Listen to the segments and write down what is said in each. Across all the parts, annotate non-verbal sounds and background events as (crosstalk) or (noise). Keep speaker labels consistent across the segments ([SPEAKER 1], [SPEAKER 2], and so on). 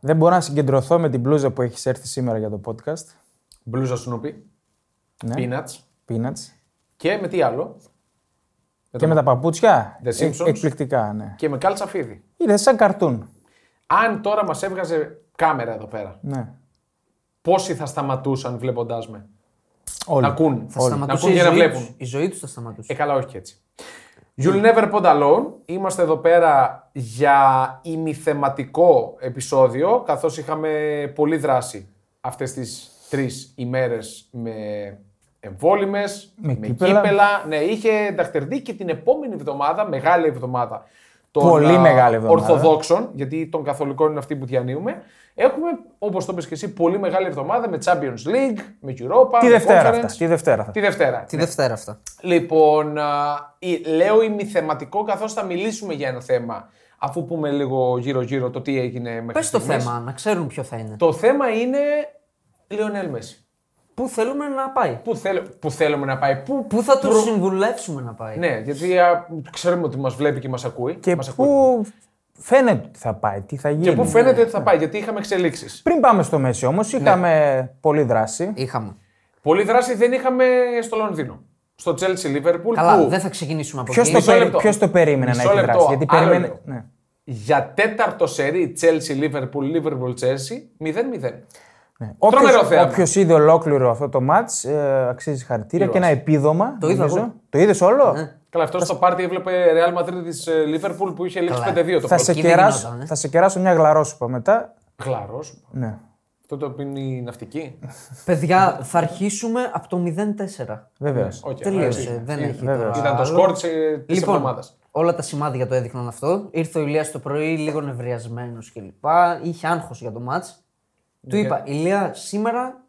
[SPEAKER 1] Δεν μπορώ να συγκεντρωθώ με την μπλούζα που έχεις έρθει σήμερα για το podcast.
[SPEAKER 2] Μπλούζα Snoopy.
[SPEAKER 1] Ναι.
[SPEAKER 2] Peanuts.
[SPEAKER 1] Peanuts.
[SPEAKER 2] Και με τι άλλο.
[SPEAKER 1] Και με τα παπούτσια. Ε,
[SPEAKER 2] The Simpsons.
[SPEAKER 1] εκπληκτικά, ναι.
[SPEAKER 2] Και με κάλτσα φίδι.
[SPEAKER 1] Είδε σαν καρτούν.
[SPEAKER 2] Αν τώρα μας έβγαζε κάμερα εδώ πέρα,
[SPEAKER 1] Ναι.
[SPEAKER 2] πόσοι θα σταματούσαν βλέποντάς με.
[SPEAKER 1] Όλοι.
[SPEAKER 2] Να ακούν.
[SPEAKER 3] Θα
[SPEAKER 2] Να
[SPEAKER 3] σταματούσε
[SPEAKER 2] ακούν
[SPEAKER 3] η
[SPEAKER 2] για να
[SPEAKER 3] ζωή
[SPEAKER 2] βλέπουν.
[SPEAKER 3] τους. Η ζωή τους θα σταματούσε.
[SPEAKER 2] Ε, καλά, όχι και έτσι. You'll never put alone. Είμαστε εδώ πέρα για ημιθεματικό επεισόδιο, καθώς είχαμε πολλή δράση αυτές τις τρεις ημέρες με εμβόλυμες,
[SPEAKER 1] Με κύπελα.
[SPEAKER 2] Ναι, είχε ενταχτερδεί και την επόμενη εβδομάδα, μεγάλη εβδομάδα, των
[SPEAKER 1] Πολύ
[SPEAKER 2] α,
[SPEAKER 1] μεγάλη εβδομάδα.
[SPEAKER 2] Ορθοδόξων, γιατί των Καθολικών είναι αυτοί που διανύουμε. Έχουμε, όπως το είπες και εσύ, πολύ μεγάλη εβδομάδα με Champions League, με Europa,
[SPEAKER 1] Τη
[SPEAKER 2] με
[SPEAKER 1] Δευτέρα
[SPEAKER 2] Conference.
[SPEAKER 1] αυτά. Τη Δευτέρα θα.
[SPEAKER 2] Τη Δευτέρα.
[SPEAKER 3] Τη Δευτέρα αυτά.
[SPEAKER 2] Λοιπόν, α, η- λέω ημιθεματικό καθώς θα μιλήσουμε για ένα θέμα, αφού πούμε λίγο γύρω-γύρω το τι έγινε μέχρι
[SPEAKER 3] Πες το
[SPEAKER 2] στιγμής.
[SPEAKER 3] θέμα, να ξέρουν ποιο θα είναι.
[SPEAKER 2] Το θέμα είναι Λιονέλ Μέση.
[SPEAKER 3] Πού θέλουμε να πάει.
[SPEAKER 2] Πού, θέλ- πού θέλουμε να πάει, πού...
[SPEAKER 3] Πού θα του συμβουλεύσουμε να πάει.
[SPEAKER 2] Ναι, γιατί α, ξέρουμε ότι μας βλέπει και μας ακούει.
[SPEAKER 1] Και
[SPEAKER 2] μας ακούει.
[SPEAKER 1] πού φαίνεται ότι θα πάει, τι θα γίνει.
[SPEAKER 2] Και πού φαίνεται Ναι. ότι θα πάει, γιατί είχαμε εξελίξεις.
[SPEAKER 1] Πριν πάμε στο μέση όμως, είχαμε πολλή δράση.
[SPEAKER 3] Είχαμε.
[SPEAKER 2] Πολλή δράση δεν είχαμε στο Λονδίνο. Στο Chelsea Liverpool
[SPEAKER 3] Καλά,
[SPEAKER 2] που
[SPEAKER 3] δεν θα ξεκινήσουμε από
[SPEAKER 1] Ποιος
[SPEAKER 3] εκεί.
[SPEAKER 1] το,
[SPEAKER 2] Μισό
[SPEAKER 1] περι-
[SPEAKER 2] λεπτό.
[SPEAKER 1] ποιος το περίμενε
[SPEAKER 2] Μισό
[SPEAKER 1] να έχει
[SPEAKER 2] λεπτό.
[SPEAKER 1] δράση. Γιατί
[SPEAKER 2] Άλλο
[SPEAKER 1] περίμενε.
[SPEAKER 2] λίγο.
[SPEAKER 1] Ναι.
[SPEAKER 2] για τέταρτο σερί Chelsea Liverpool, Liverpool Chelsea 0-0.
[SPEAKER 1] Ναι. Όποιος,
[SPEAKER 2] θέαμα.
[SPEAKER 1] όποιος είδε ολόκληρο αυτό το μάτς ε, αξίζει χαρακτήρια και ένα επίδομα.
[SPEAKER 3] Το είδα
[SPEAKER 1] νομίζω.
[SPEAKER 3] εγώ. Ναι.
[SPEAKER 1] Το είδες όλο.
[SPEAKER 2] Καλά, αυτό στο πάρτι έβλεπε Real Madrid της Liverpool που είχε λήξει
[SPEAKER 3] Καλά.
[SPEAKER 2] 5-2 το
[SPEAKER 1] Θα,
[SPEAKER 2] πρώτο.
[SPEAKER 1] σε
[SPEAKER 3] Εκεί δεν
[SPEAKER 1] κεράσω,
[SPEAKER 3] γινόταν, ε.
[SPEAKER 1] θα σε κεράσω μια γλαρόσουπα μετά.
[SPEAKER 2] Γλαρό.
[SPEAKER 1] Ναι.
[SPEAKER 2] Αυτό το πίνει η ναυτική.
[SPEAKER 3] Παιδιά, θα αρχίσουμε από το 04.
[SPEAKER 1] Βεβαίω.
[SPEAKER 2] Όχι,
[SPEAKER 3] Τελείωσε.
[SPEAKER 2] εντάξει. Ε,
[SPEAKER 3] Δεν έχει.
[SPEAKER 1] βεβαίως.
[SPEAKER 3] τώρα
[SPEAKER 2] Ήταν το
[SPEAKER 3] άλλο.
[SPEAKER 2] σκορ τη λοιπόν. εβδομάδα.
[SPEAKER 3] όλα τα σημάδια το έδειχναν αυτό. Ήρθε ο Ηλίας το πρωί λίγο νευριασμένος κλπ. Είχε άγχος για το μάτ.
[SPEAKER 2] Ναι.
[SPEAKER 3] Του είπα, Ηλία, σήμερα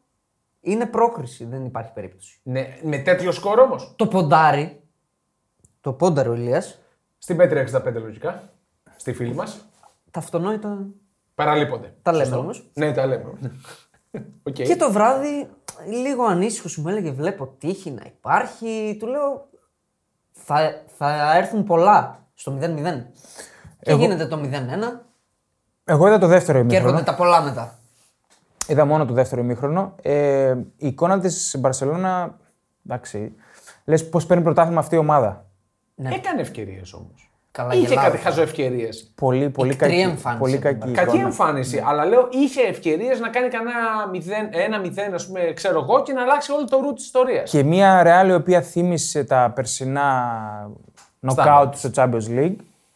[SPEAKER 3] είναι πρόκριση. Δεν υπάρχει περίπτωση.
[SPEAKER 2] Ναι, με τέτοιο σκορ όμως.
[SPEAKER 3] Το ποντάρι. Το πόνταρε ο Ηλία.
[SPEAKER 2] Στην Πέτρια 65 λογικά. Στη φίλη μας.
[SPEAKER 3] Τα αυτονόητα
[SPEAKER 2] Παραλείπονται.
[SPEAKER 3] τα λέμε
[SPEAKER 2] Σωστό.
[SPEAKER 3] όμως.
[SPEAKER 2] Ναι, τα λέμε. Οκ.
[SPEAKER 3] Και το βράδυ, λίγο ανήσυχος μου έλεγε: Βλέπω τύχη να υπάρχει. Του λέω: Θα, θα έρθουν πολλά στο 0-0. Και γίνεται το 0-1
[SPEAKER 1] Εγώ είδα το δεύτερο
[SPEAKER 3] και
[SPEAKER 1] ημίχρονο.
[SPEAKER 3] έρχονται τα πολλά μετά.
[SPEAKER 1] Είδα μόνο το δεύτερο ημίχρονο. Ε, η εικόνα της Μπαρσελόνα. Εντάξει. Λες πώς παίρνει πρωτάθλημα αυτή η ομάδα.
[SPEAKER 2] Έκανε ευκαιρίες όμως.
[SPEAKER 3] Καλά,
[SPEAKER 2] Είχε
[SPEAKER 3] Ναι. γελάω.
[SPEAKER 2] κάτι χάζο ευκαιρίες.
[SPEAKER 1] Πολύ, πολύ
[SPEAKER 3] Εκτρία
[SPEAKER 1] κακή.
[SPEAKER 3] εμφάνιση
[SPEAKER 1] Πολύ
[SPEAKER 3] από την
[SPEAKER 1] κακή.
[SPEAKER 2] Κακή
[SPEAKER 1] εικόνα.
[SPEAKER 2] εμφάνιση, αλλά λέω είχε ευκαιρίες να κάνει κανένα 0, ένα 0, ας πούμε, ξέρω εγώ, και να αλλάξει όλο το ρου της ιστορίας.
[SPEAKER 1] Και μια ρεάλ η οποία θύμισε τα περσινά νοκάουτ στο Champions League.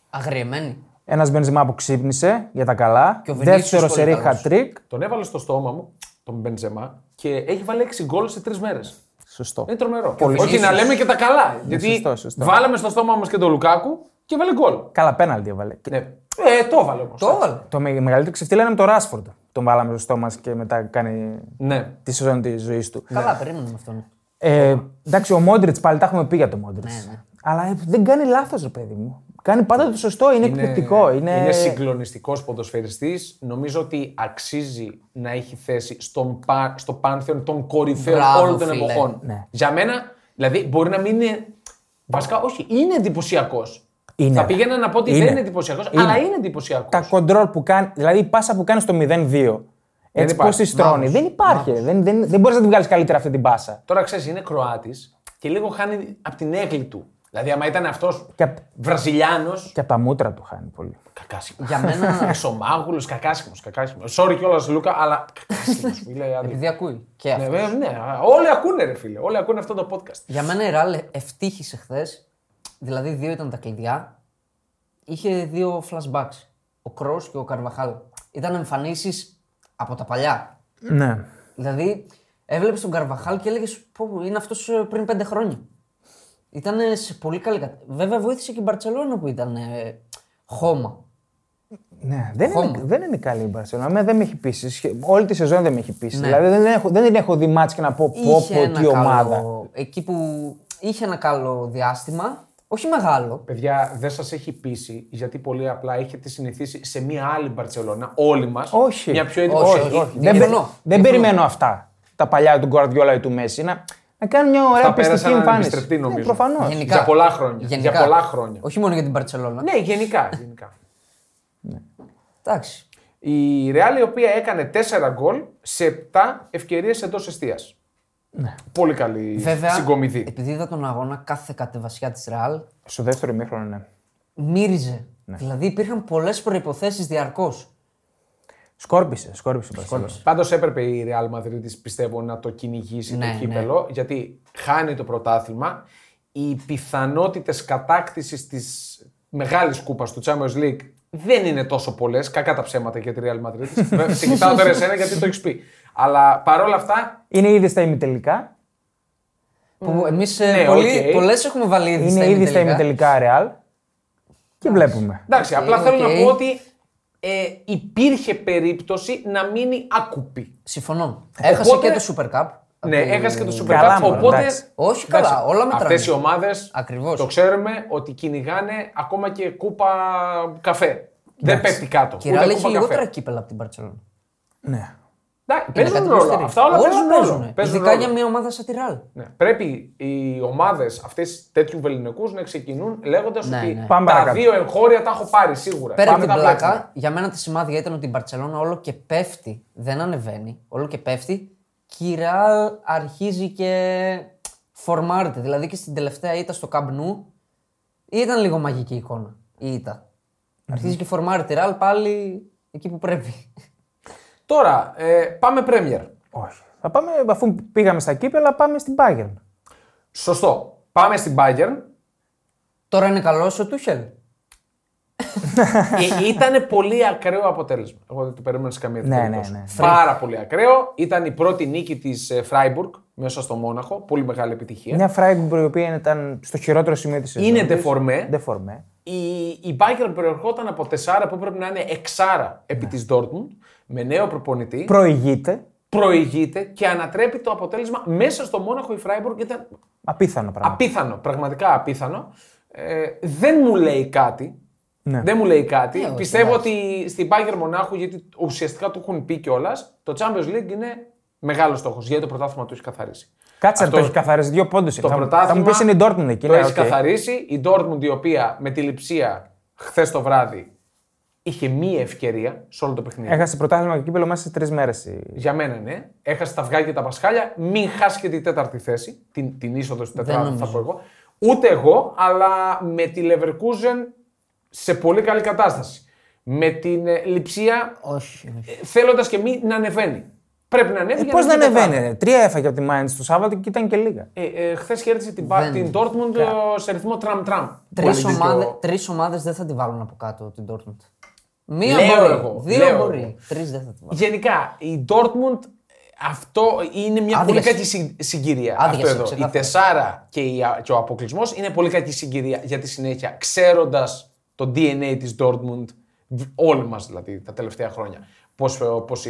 [SPEAKER 3] Αγριεμένη.
[SPEAKER 2] Ναι.
[SPEAKER 1] Ένα Μπενζεμά που ξύπνησε για τα καλά.
[SPEAKER 3] ο Βινίσιους
[SPEAKER 1] Δεύτερο
[SPEAKER 3] πολύ
[SPEAKER 1] σερή
[SPEAKER 3] καλός.
[SPEAKER 1] χατρίκ.
[SPEAKER 2] Τον έβαλε στο στόμα μου, τον Μπεντζεμά, και έχει βάλει 6 γκολ σε 3 μέρες.
[SPEAKER 1] Σωστό.
[SPEAKER 2] Είναι τρομερό. Όχι
[SPEAKER 3] Βινίσιους.
[SPEAKER 2] να λέμε και τα καλά. γιατί
[SPEAKER 1] Ναι, σωστό, σωστό.
[SPEAKER 2] βάλαμε στο στόμα μας και τον Λουκάκου και βάλε γκολ.
[SPEAKER 1] Καλά, πέναλτι έβαλε. Και
[SPEAKER 2] Ναι. Ε, το έβαλε όμως.
[SPEAKER 3] Το έβαλε.
[SPEAKER 1] Το με- μεγαλύτερο ξεφτύλα είναι με το Ράσφορντ. Τον βάλαμε στο στόμα και μετά κάνει
[SPEAKER 2] Ναι.
[SPEAKER 1] τη σεζόν της ζωής του.
[SPEAKER 3] Καλά, περίμενε αυτόν.
[SPEAKER 1] Ε, εντάξει, ο Μόντριτ πάλι τα έχουμε πει για τον Μόντριτ.
[SPEAKER 3] Ναι,
[SPEAKER 1] Αλλά ε, δεν κάνει λάθος, ρε παιδί μου. Κάνει πάντα το σωστό, είναι, εκπληκτικό. Είναι,
[SPEAKER 2] Ε, είναι συγκλονιστικός ποδοσφαιριστής. Νομίζω ότι αξίζει να έχει θέση στον πα- στο πάνθεον των κορυφαίων
[SPEAKER 3] Μπράβο,
[SPEAKER 2] όλων των
[SPEAKER 3] φίλε.
[SPEAKER 2] εποχών.
[SPEAKER 1] Ναι.
[SPEAKER 2] Για μένα, δηλαδή, μπορεί να μην είναι. Βασικά, όχι, είναι εντυπωσιακός.
[SPEAKER 1] Είναι,
[SPEAKER 2] Θα
[SPEAKER 1] ρε.
[SPEAKER 2] πήγαινα να πω ότι δεν
[SPEAKER 1] Είναι.
[SPEAKER 2] είναι εντυπωσιακός, αλλά είναι εντυπωσιακός.
[SPEAKER 1] Τα κοντρόλ που κάνει, δηλαδή η πάσα που κάνει στο 0-2. Έτσι, πώς
[SPEAKER 2] υπάρχει.
[SPEAKER 1] τη στρώνει. Δεν υπάρχει. Δεν, δεν, δεν μπορείς να την βγάλεις καλύτερα αυτή την πάσα.
[SPEAKER 2] Τώρα ξέρεις, είναι Κροάτης και λίγο χάνει από την έγκλη του. Δηλαδή, άμα ήταν αυτός
[SPEAKER 1] Και, απ-
[SPEAKER 2] Βραζιλιάνος.
[SPEAKER 1] και από τα μούτρα του χάνει πολύ.
[SPEAKER 2] Κακάσιμος.
[SPEAKER 3] Για (laughs) μένα,
[SPEAKER 2] Εξομάγουλος, κακάσιμος. κακάσιμος. Sorry κιόλας, Λούκα, αλλά
[SPEAKER 3] (laughs)
[SPEAKER 2] κακάσιμος. Φίλε, άδικο.
[SPEAKER 3] επειδή ακούει. Και
[SPEAKER 2] ναι,
[SPEAKER 3] αυτός.
[SPEAKER 2] ναι, ναι, όλοι ακούνε, ρε φίλε. Όλοι ακούνε αυτό το podcast.
[SPEAKER 3] Για μένα η Ραλ ευτύχησε χθες. Δηλαδή, δύο ήταν τα κλειδιά. Είχε δύο flashbacks. Ο Κρό και ο Καρβαχάλ. Ήταν εμφανίσεις από τα παλιά.
[SPEAKER 1] Ναι.
[SPEAKER 3] Δηλαδή, έβλεπες τον Καρβαχάλ και έλεγες: Πώ είναι αυτός πριν πέντε χρόνια. Ήταν σε πολύ καλή κατάσταση. Βέβαια, βοήθησε και η Μπαρσελόνα που ήταν ε, χώμα.
[SPEAKER 1] ναι. Δεν, είναι,
[SPEAKER 3] Χώμα.
[SPEAKER 1] δεν είναι καλή η Μπαρσελόνα. Εμένα Δεν με έχει πείσει. Σχε- Όλη τη σεζόν δεν με έχει πείσει.
[SPEAKER 3] Ναι.
[SPEAKER 1] Δηλαδή δεν, έχω, δεν την έχω δει μάτς και να πω πω,
[SPEAKER 3] Είχε
[SPEAKER 1] πω
[SPEAKER 3] ένα
[SPEAKER 1] τι ομάδα.
[SPEAKER 3] Καλό, εκεί που είχε ένα καλό διάστημα. Όχι μεγάλο.
[SPEAKER 2] Παιδιά, δεν σας έχει πείσει γιατί πολύ απλά έχετε συνηθίσει σε μία άλλη Μπαρσελόνα, όλοι μας.
[SPEAKER 1] Όχι.
[SPEAKER 2] Μια πιο εντυπωσιακή.
[SPEAKER 3] Όχι, όχι.
[SPEAKER 1] Δεν,
[SPEAKER 3] Διαφωνώ.
[SPEAKER 1] πε- δεν περιμένω αυτά. Τα παλιά του Γκουαρδιόλα ή του Μέση. Να, να κάνουν μια ωραία
[SPEAKER 2] Αυτά
[SPEAKER 1] πιστική
[SPEAKER 2] πέρασαν
[SPEAKER 1] εμφάνιση. Ναι,
[SPEAKER 2] ανεμιστρεπτή, νομίζω.
[SPEAKER 1] προφανώς.
[SPEAKER 3] Γενικά.
[SPEAKER 2] Για πολλά χρόνια. Για πολλά χρόνια.
[SPEAKER 3] Ναι. Όχι μόνο για την Μπαρσελόνα.
[SPEAKER 2] Ναι, γενικά. γενικά.
[SPEAKER 3] Εντάξει.
[SPEAKER 2] Η Real η οποία έκανε 4 γκολ σε 7 ευκαιρίες εντός εστίας. Πολύ καλή
[SPEAKER 3] Ναι. Βέβαια, ε,
[SPEAKER 2] συγκομιδή.
[SPEAKER 3] επειδή είδα τον αγώνα, κάθε κατεβασιά της Ρεάλ
[SPEAKER 1] Στο δεύτερο ημίχρονο, ναι.
[SPEAKER 3] μύριζε.
[SPEAKER 2] Ναι.
[SPEAKER 3] Δηλαδή υπήρχαν πολλές προποθέσει διαρκώς.
[SPEAKER 1] Σκόρπισε, σκόρπισε. η Μπαρσελόνα.
[SPEAKER 2] Πάντως έπρεπε η Real Madrid, πιστεύω, να το κυνηγήσει
[SPEAKER 3] Ναι,
[SPEAKER 2] το
[SPEAKER 3] ναι.
[SPEAKER 2] κύπελο, γιατί χάνει το πρωτάθλημα. Οι πιθανότητες κατάκτησης της μεγάλης κούπας του Champions League δεν είναι τόσο πολλές. Κακά τα ψέματα για τη Real Madrid.
[SPEAKER 3] (laughs)
[SPEAKER 2] Βέβαια, Σε κοιτάω τώρα εσένα γιατί το έχεις πει. Αλλά παρόλα αυτά
[SPEAKER 1] Είναι ήδη στα ημιτελικά.
[SPEAKER 3] Που εμείς
[SPEAKER 2] ναι,
[SPEAKER 3] ναι,
[SPEAKER 2] οκ.
[SPEAKER 3] πολλές έχουμε βάλει ήδη στα
[SPEAKER 1] Είναι ήδη στα
[SPEAKER 3] ημιτελικά.
[SPEAKER 1] ημιτελικά Real. Και βλέπουμε.
[SPEAKER 2] Εντάξει,
[SPEAKER 3] Οκ,
[SPEAKER 2] απλά θέλω
[SPEAKER 3] οκ.
[SPEAKER 2] να πω ότι ε, υπήρχε περίπτωση να μείνει άκουπη.
[SPEAKER 3] Συμφωνώ. Έχασε
[SPEAKER 2] Οπότε-
[SPEAKER 3] και το Super Cup.
[SPEAKER 2] Ναι,
[SPEAKER 3] από τη-
[SPEAKER 2] έχασε και το Super
[SPEAKER 1] Καλά,
[SPEAKER 2] Cup.
[SPEAKER 1] μωρέ,
[SPEAKER 2] Οπότε.
[SPEAKER 1] εντάξει.
[SPEAKER 3] Όχι καλά, όλα μετράνε.
[SPEAKER 2] Αυτές οι ομάδες.
[SPEAKER 3] Ακριβώς.
[SPEAKER 2] Το ξέρουμε ότι κυνηγάνε ακόμα και κούπα καφέ. Δεν πέφτει κάτω.
[SPEAKER 3] Και η
[SPEAKER 2] ούτε
[SPEAKER 3] Real έχει
[SPEAKER 2] κούπα
[SPEAKER 3] λιγότερα κύπελα από την Barcelona.
[SPEAKER 1] Ναι.
[SPEAKER 2] Εντάξει,
[SPEAKER 3] Είναι
[SPEAKER 2] παίζουν
[SPEAKER 3] κάτι
[SPEAKER 2] ρόλο.
[SPEAKER 3] μυστήριο.
[SPEAKER 2] Αυτά όλα, παίζουν ρόλο.
[SPEAKER 3] παίζουνε.
[SPEAKER 2] Παίζουν
[SPEAKER 3] Ειδικά
[SPEAKER 2] ρόλο.
[SPEAKER 3] για μια ομάδα σαν τη Ραλ.
[SPEAKER 2] Ναι. Πρέπει οι ομάδες αυτές τέτοιου βεληνικούς να ξεκινούν λέγοντας
[SPEAKER 3] Ναι,
[SPEAKER 2] ότι
[SPEAKER 3] ναι.
[SPEAKER 1] Πάμε
[SPEAKER 2] τα
[SPEAKER 1] παρακάτω.
[SPEAKER 2] δύο εγχώρια τα έχω πάρει σίγουρα.
[SPEAKER 3] Πέρα από
[SPEAKER 2] Πάμε
[SPEAKER 3] την
[SPEAKER 2] τα πλάκα.
[SPEAKER 3] πλάκα, για μένα τα σημάδια ήταν ότι η Μπαρσελόνα όλο και πέφτει. Δεν ανεβαίνει, όλο και πέφτει. Και η Ρεάλ αρχίζει και φορμάρεται. Δηλαδή και στην τελευταία ήττα στο Καμπνού ήταν λίγο μαγική εικόνα η ήττα. Αρχίζει και φορμάρεται η Ρεάλ πάλι εκεί που πρέπει.
[SPEAKER 2] Τώρα ε, πάμε Πρέμιερ.
[SPEAKER 1] Όχι. Θα πάμε, αφού πήγαμε στα κύπελα, πάμε στην Bayern.
[SPEAKER 2] Σωστό. Πάμε στην Bayern.
[SPEAKER 3] Τώρα είναι καλός ο Τούχελ.
[SPEAKER 2] Ε, Ήταν πολύ ακραίο αποτέλεσμα. Εγώ δεν το περίμενα σε καμία
[SPEAKER 1] Ναι,
[SPEAKER 2] περίπτωση.
[SPEAKER 1] ναι, ναι.
[SPEAKER 2] Πάρα πολύ ακραίο. Ήταν η πρώτη νίκη της Φράιμπουργκ μέσα στο Μόναχο. Πολύ μεγάλη επιτυχία.
[SPEAKER 1] Μια Freiburg η οποία ήταν στο χειρότερο σημείο της
[SPEAKER 2] Είναι ντεφορμέ.
[SPEAKER 1] Ντεφορμέ.
[SPEAKER 2] Η, η Bayern προερχόταν από 4 που πρέπει να είναι 6
[SPEAKER 1] Ναι.
[SPEAKER 2] επί της Dortmund με νέο προπονητή.
[SPEAKER 1] Προηγείται.
[SPEAKER 2] Προηγείται και ανατρέπει το αποτέλεσμα μέσα στο Μόναχο η Φράιμπουργκ. Ήταν
[SPEAKER 1] Απίθανο πράγμα.
[SPEAKER 2] απίθανο, πραγματικά απίθανο. Ε, δεν μου λέει κάτι.
[SPEAKER 1] Ναι.
[SPEAKER 2] Δεν μου λέει κάτι.
[SPEAKER 3] Ε, όχι,
[SPEAKER 2] Πιστεύω ότι στην Bayern Μονάχου, γιατί ουσιαστικά του έχουν πει κιόλας, το Champions League είναι μεγάλος στόχος. Γιατί το πρωτάθλημα του έχει καθαρίσει.
[SPEAKER 1] Κάτσε να
[SPEAKER 2] Αυτό-
[SPEAKER 1] το έχει καθαρίσει. Δύο πόντους.
[SPEAKER 2] Το
[SPEAKER 1] Ε, Θα,
[SPEAKER 2] πρωτάθλημα
[SPEAKER 1] θα μου πεις είναι η Dortmund εκεί.
[SPEAKER 2] Το
[SPEAKER 1] ναι,
[SPEAKER 2] έχει
[SPEAKER 1] οκ.
[SPEAKER 2] καθαρίσει. Η Dortmund η οποία με τη λειψία χθες το βράδυ είχε μία ευκαιρία σε όλο το παιχνίδι.
[SPEAKER 1] Έχασε πρωτάθλημα και κύπελο μέσα σε τρεις μέρες.
[SPEAKER 2] Για μένα ναι. Έχασε τα αυγά και τα πασχάλια. Μην χάσει και τη τέταρτη θέση. Την, την είσοδο στην τετράδα θα
[SPEAKER 3] νομίζω.
[SPEAKER 2] πω εγώ. Ούτε εγώ, αλλά με τη Leverkusen σε πολύ καλή κατάσταση. Με την ε, λειψία
[SPEAKER 3] Όχι, όχι.
[SPEAKER 2] θέλοντας και μη να ανεβαίνει. Πρέπει να
[SPEAKER 3] Ε,
[SPEAKER 2] ανέβει. για
[SPEAKER 1] Πώς να
[SPEAKER 2] βγει
[SPEAKER 1] ανεβαίνει.
[SPEAKER 2] τετράδα.
[SPEAKER 1] ρε. Τρία έφαγε από τη Mainz το Σάββατο και ήταν και λίγα.
[SPEAKER 2] Ε, ε, Χθες χαίρεσε την, Πα-
[SPEAKER 3] Δεν-
[SPEAKER 2] την Dortmund ε, σε ρυθμό τραμ-τραμ.
[SPEAKER 3] Τρεις
[SPEAKER 2] Πολύ
[SPEAKER 3] ομάδες
[SPEAKER 2] δίκαιο.
[SPEAKER 3] τρεις ομάδες δεν θα τη βάλουν από κάτω την Dortmund. Μία
[SPEAKER 2] Λέω
[SPEAKER 3] μπορεί,
[SPEAKER 2] εγώ,
[SPEAKER 3] δύο
[SPEAKER 2] λέω εγώ.
[SPEAKER 3] μπορεί, τρεις δεν θα τη βάλουν.
[SPEAKER 2] Γενικά, η Dortmund αυτό είναι μια
[SPEAKER 3] Άδεια
[SPEAKER 2] πολύ
[SPEAKER 3] σε-
[SPEAKER 2] κακή συν- συγκυρία.
[SPEAKER 3] Άδεια
[SPEAKER 2] αυτό
[SPEAKER 3] σε,
[SPEAKER 2] εδώ. Η
[SPEAKER 3] ξεκάθαρα.
[SPEAKER 2] τεσάρα και, η, και ο αποκλεισμός είναι πολύ κακή συγκυρία για τη συνέχεια, ξέροντας το DNA της Dortmund, β- όλοι μας δηλαδή τα τελευταία χρόνια, πώς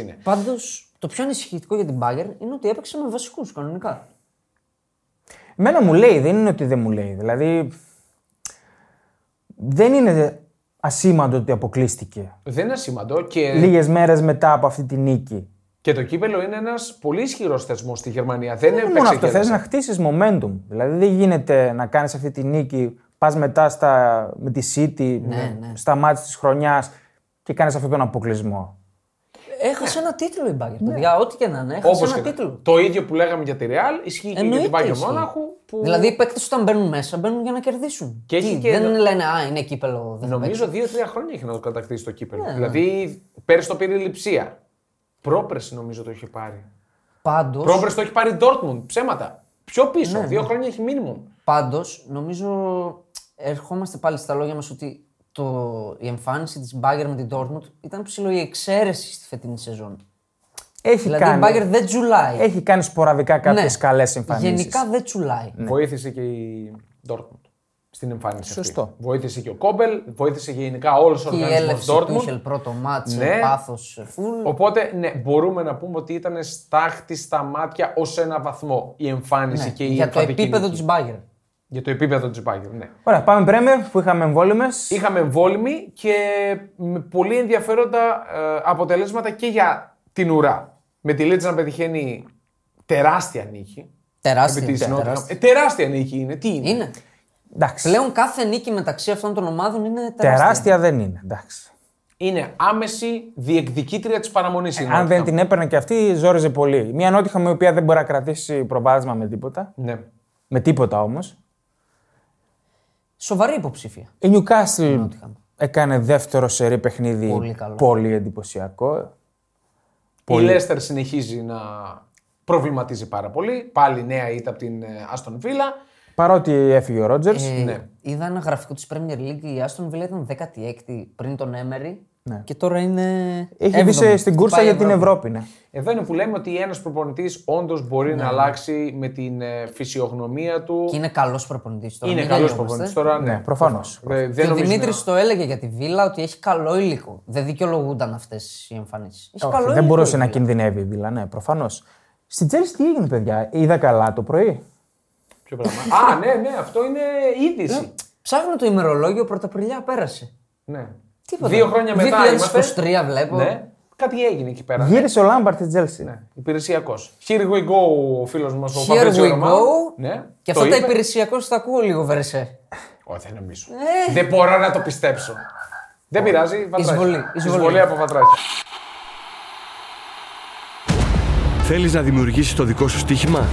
[SPEAKER 2] είναι.
[SPEAKER 3] Πάντως, το πιο ανησυχητικό για την Bayern είναι ότι έπαιξε με βασικούς κανονικά.
[SPEAKER 1] Εμένα μου λέει, δεν είναι ότι δεν μου λέει. Δηλαδή. Δεν είναι ασήμαντο ότι αποκλείστηκε.
[SPEAKER 2] Δεν είναι σημαντό
[SPEAKER 3] Ε.
[SPEAKER 2] και,
[SPEAKER 1] Λίγες μέρες μετά από αυτή τη νίκη.
[SPEAKER 2] και το κύπελο είναι ένας πολύ ισχυρός θεσμός στη Γερμανία. Δεν
[SPEAKER 3] Ε,
[SPEAKER 1] Δεν είναι μόνο
[SPEAKER 2] έπαιξε
[SPEAKER 1] αυτό.
[SPEAKER 2] κέρδος.
[SPEAKER 1] Θε να χτίσεις momentum. Δηλαδή δεν γίνεται να κάνεις αυτή τη νίκη, πας μετά στα, με τη City,
[SPEAKER 3] ναι.
[SPEAKER 1] στα μάτια της χρονιάς και κάνεις αυτόν τον αποκλεισμό.
[SPEAKER 3] Έχασε ένα τίτλο η Bayern. Παιδιά, ό,τι και να είναι, έχασε
[SPEAKER 2] Ναι. Όπως
[SPEAKER 3] ένα
[SPEAKER 2] και να-
[SPEAKER 3] τίτλο.
[SPEAKER 2] Το ίδιο που λέγαμε για τη Ρεάλ ισχύει και για την
[SPEAKER 3] Εννοείται
[SPEAKER 2] Πάγιο
[SPEAKER 3] ισχύει.
[SPEAKER 2] Μόναχου. Που...
[SPEAKER 3] Δηλαδή, οι παίκτες όταν μπαίνουν μέσα μπαίνουν για να κερδίσουν.
[SPEAKER 2] Και
[SPEAKER 3] Τι,
[SPEAKER 2] έχει και
[SPEAKER 3] δεν
[SPEAKER 2] ένα-
[SPEAKER 3] λένε Α, είναι κύπελο. Δεν θα
[SPEAKER 2] Νομίζω δύο-τρία χρόνια έχει να το κατακτήσει το κύπελο.
[SPEAKER 3] Ναι.
[SPEAKER 2] δηλαδή πέρυσι το πήρε η Λιψία. Πρόπερση νομίζω το έχει πάρει.
[SPEAKER 3] Πάντως,
[SPEAKER 2] Πρόπερση το έχει πάρει η Ντόρτμουντ. Ψέματα. Πιο πίσω.
[SPEAKER 3] Ναι,
[SPEAKER 2] Δύο χρόνια έχει μήνυμουμ.
[SPEAKER 3] πάντως, νομίζω ερχόμαστε πάλι στα λόγια μας ότι το... η εμφάνιση της Bayern με την Dortmund ήταν ψηλό η εξαίρεση στη φετινή σεζόν.
[SPEAKER 1] Έχει,
[SPEAKER 3] Δηλαδή,
[SPEAKER 1] κάνει,
[SPEAKER 3] η Bayern δεν
[SPEAKER 2] Ε,
[SPEAKER 3] τσουλάει.
[SPEAKER 1] έχει κάνει σποραδικά κάποιε
[SPEAKER 3] Ναι.
[SPEAKER 1] καλές εμφανίσεις.
[SPEAKER 3] Γενικά δεν τσουλάει.
[SPEAKER 2] Βοήθησε και η Ντόρτμουντ στην εμφάνιση. Αυτή.
[SPEAKER 1] Σωστό.
[SPEAKER 2] Βοήθησε και ο Κόμπελ, βοήθησε γενικά όλος ο
[SPEAKER 3] Και η
[SPEAKER 2] οργανισμός
[SPEAKER 3] έλευση του
[SPEAKER 2] Ντόρτμουντ.
[SPEAKER 3] Χελ πρώτο μάτς,
[SPEAKER 2] Ναι.
[SPEAKER 3] πάθο φουλ.
[SPEAKER 2] Οπότε ναι, μπορούμε να πούμε ότι ήταν στάχτη στα μάτια ως ένα βαθμό η εμφάνιση και η
[SPEAKER 3] Ναι. για το
[SPEAKER 2] εμφαντική
[SPEAKER 3] επίπεδο
[SPEAKER 2] νίκη.
[SPEAKER 3] της Bayern.
[SPEAKER 2] Για το επίπεδο τη Bayern, ναι.
[SPEAKER 1] Ωραία, πάμε Πρέμερ που είχαμε εμβόλυμες.
[SPEAKER 2] Είχαμε εμβόλυμη και με πολύ ενδιαφέροντα ε, αποτελέσματα και για την ουρά. Με τη Λίτζα να πετυχαίνει τεράστια νίκη.
[SPEAKER 3] Τεράστια.
[SPEAKER 2] Επί της
[SPEAKER 3] τεράστια.
[SPEAKER 2] Νότιγχαμ. Ε, τεράστια νίκη είναι. Τι είναι.
[SPEAKER 3] Είναι.
[SPEAKER 1] Εντάξει.
[SPEAKER 3] Πλέον κάθε νίκη μεταξύ αυτών των ομάδων είναι τεράστια.
[SPEAKER 1] Τεράστια δεν είναι. Εντάξει.
[SPEAKER 2] είναι άμεση διεκδικήτρια της παραμονής.
[SPEAKER 1] Αν δεν την έπαιρνε και αυτή, ζόριζε πολύ. Μια νότιχα η οποία δεν μπορεί να κρατήσει προβάδισμα με τίποτα.
[SPEAKER 2] Ναι.
[SPEAKER 1] Με τίποτα όμως.
[SPEAKER 3] Σοβαρή υποψήφια.
[SPEAKER 1] Η Newcastle έκανε δεύτερο σερή παιχνίδι.
[SPEAKER 3] Πολύ καλό.
[SPEAKER 1] πολύ εντυπωσιακό.
[SPEAKER 2] Η Λέστερ συνεχίζει να προβληματίζει πάρα πολύ. Πάλι νέα ήττα από την ε, Άστον Βίλα.
[SPEAKER 1] Παρότι έφυγε ο Ρότζερ.
[SPEAKER 3] Ε, Είδα ένα γραφικό της Premier League. Η Aston Villa ήταν 16η πριν τον Έμερι. Και τώρα είναι.
[SPEAKER 1] Έχει μπει σε-
[SPEAKER 3] έβδομη.
[SPEAKER 1] στην κούρσα
[SPEAKER 3] Χτυπάει
[SPEAKER 1] για την
[SPEAKER 3] Ευρώπη.
[SPEAKER 1] Ευρώπη. ναι.
[SPEAKER 2] Εδώ είναι που λέμε ότι ένας προπονητής όντως μπορεί να αλλάξει με την ε, φυσιογνωμία του.
[SPEAKER 3] Και είναι καλός προπονητής τώρα.
[SPEAKER 2] Είναι
[SPEAKER 3] μην
[SPEAKER 2] καλός
[SPEAKER 3] γελιόμαστε.
[SPEAKER 2] προπονητή τώρα. Ναι,
[SPEAKER 3] Ε,
[SPEAKER 1] Ναι, προφανώς.
[SPEAKER 2] Δε- δεν
[SPEAKER 3] Και ο
[SPEAKER 2] νομίζω να-
[SPEAKER 3] Δημήτρης το έλεγε για τη Βίλα ότι έχει καλό υλικό. Δεν δικαιολογούνταν αυτές οι εμφανίσεις. Έχει
[SPEAKER 1] Όχι,
[SPEAKER 3] καλό
[SPEAKER 1] δεν
[SPEAKER 3] υλικό
[SPEAKER 1] μπορούσε
[SPEAKER 3] η
[SPEAKER 1] να
[SPEAKER 3] Villa.
[SPEAKER 1] κινδυνεύει η Βίλα, ναι, προφανώς. Στην Τσέλση τι έγινε, παιδιά. Είδα καλά το πρωί.
[SPEAKER 2] Ποιο πράγμα. Α, ναι, ναι, αυτό είναι είδηση.
[SPEAKER 3] Ψάχνω το ημερολόγιο, Πρωταπριλιά πέρασε.
[SPEAKER 2] ναι.
[SPEAKER 3] Ε, Τίποτα.
[SPEAKER 2] Δύο χρόνια Ε, μετά
[SPEAKER 3] 2023
[SPEAKER 2] είμαστε.
[SPEAKER 3] βλέπω.
[SPEAKER 2] Ναι. Κάτι έγινε εκεί
[SPEAKER 3] Ε,
[SPEAKER 2] πέρα. Ναι.
[SPEAKER 1] Γύρισε ο Λάμπαρτ της Τσέλση.
[SPEAKER 2] Υπηρεσιακός. Here we go, ο φίλος μας ο
[SPEAKER 3] Here
[SPEAKER 2] Παπέτζιο
[SPEAKER 3] we
[SPEAKER 2] Ρωμά.
[SPEAKER 3] go.
[SPEAKER 2] Ναι.
[SPEAKER 3] Και
[SPEAKER 2] Το
[SPEAKER 3] αυτά τα
[SPEAKER 2] είπε.
[SPEAKER 3] υπηρεσιακός σου τα ακούω λίγο, Βερεσέ.
[SPEAKER 2] Όχι, δεν νομίζω.
[SPEAKER 3] Ε.
[SPEAKER 2] Δεν μπορώ να το πιστέψω. Δεν πειράζει. Βατράχη.
[SPEAKER 3] Εισβολή, εισβολή.
[SPEAKER 2] Εισβολή από βατράχη.
[SPEAKER 4] Θέλεις να δημιουργήσεις το δικό σου στοίχημα?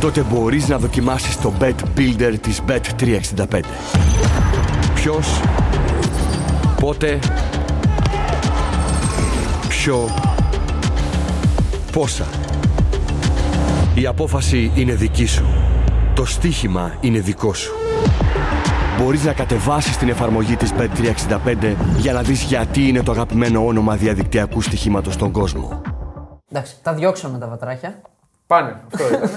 [SPEAKER 4] Τότε μπορείς να δοκιμάσεις το Bet Builder της Bet365. Ποιος, πότε, ποιο, πόσα. Η απόφαση είναι δική σου. Το στοίχημα είναι δικό σου. Μπορείς να κατεβάσεις την εφαρμογή της Bet365 για να δεις γιατί είναι το αγαπημένο όνομα διαδικτυακού στοιχήματος στον κόσμο.
[SPEAKER 3] Εντάξει, τα διώξαμε τα βατράχια.
[SPEAKER 2] Ναι.
[SPEAKER 3] (laughs)
[SPEAKER 2] Πάνε. Αυτό ήταν.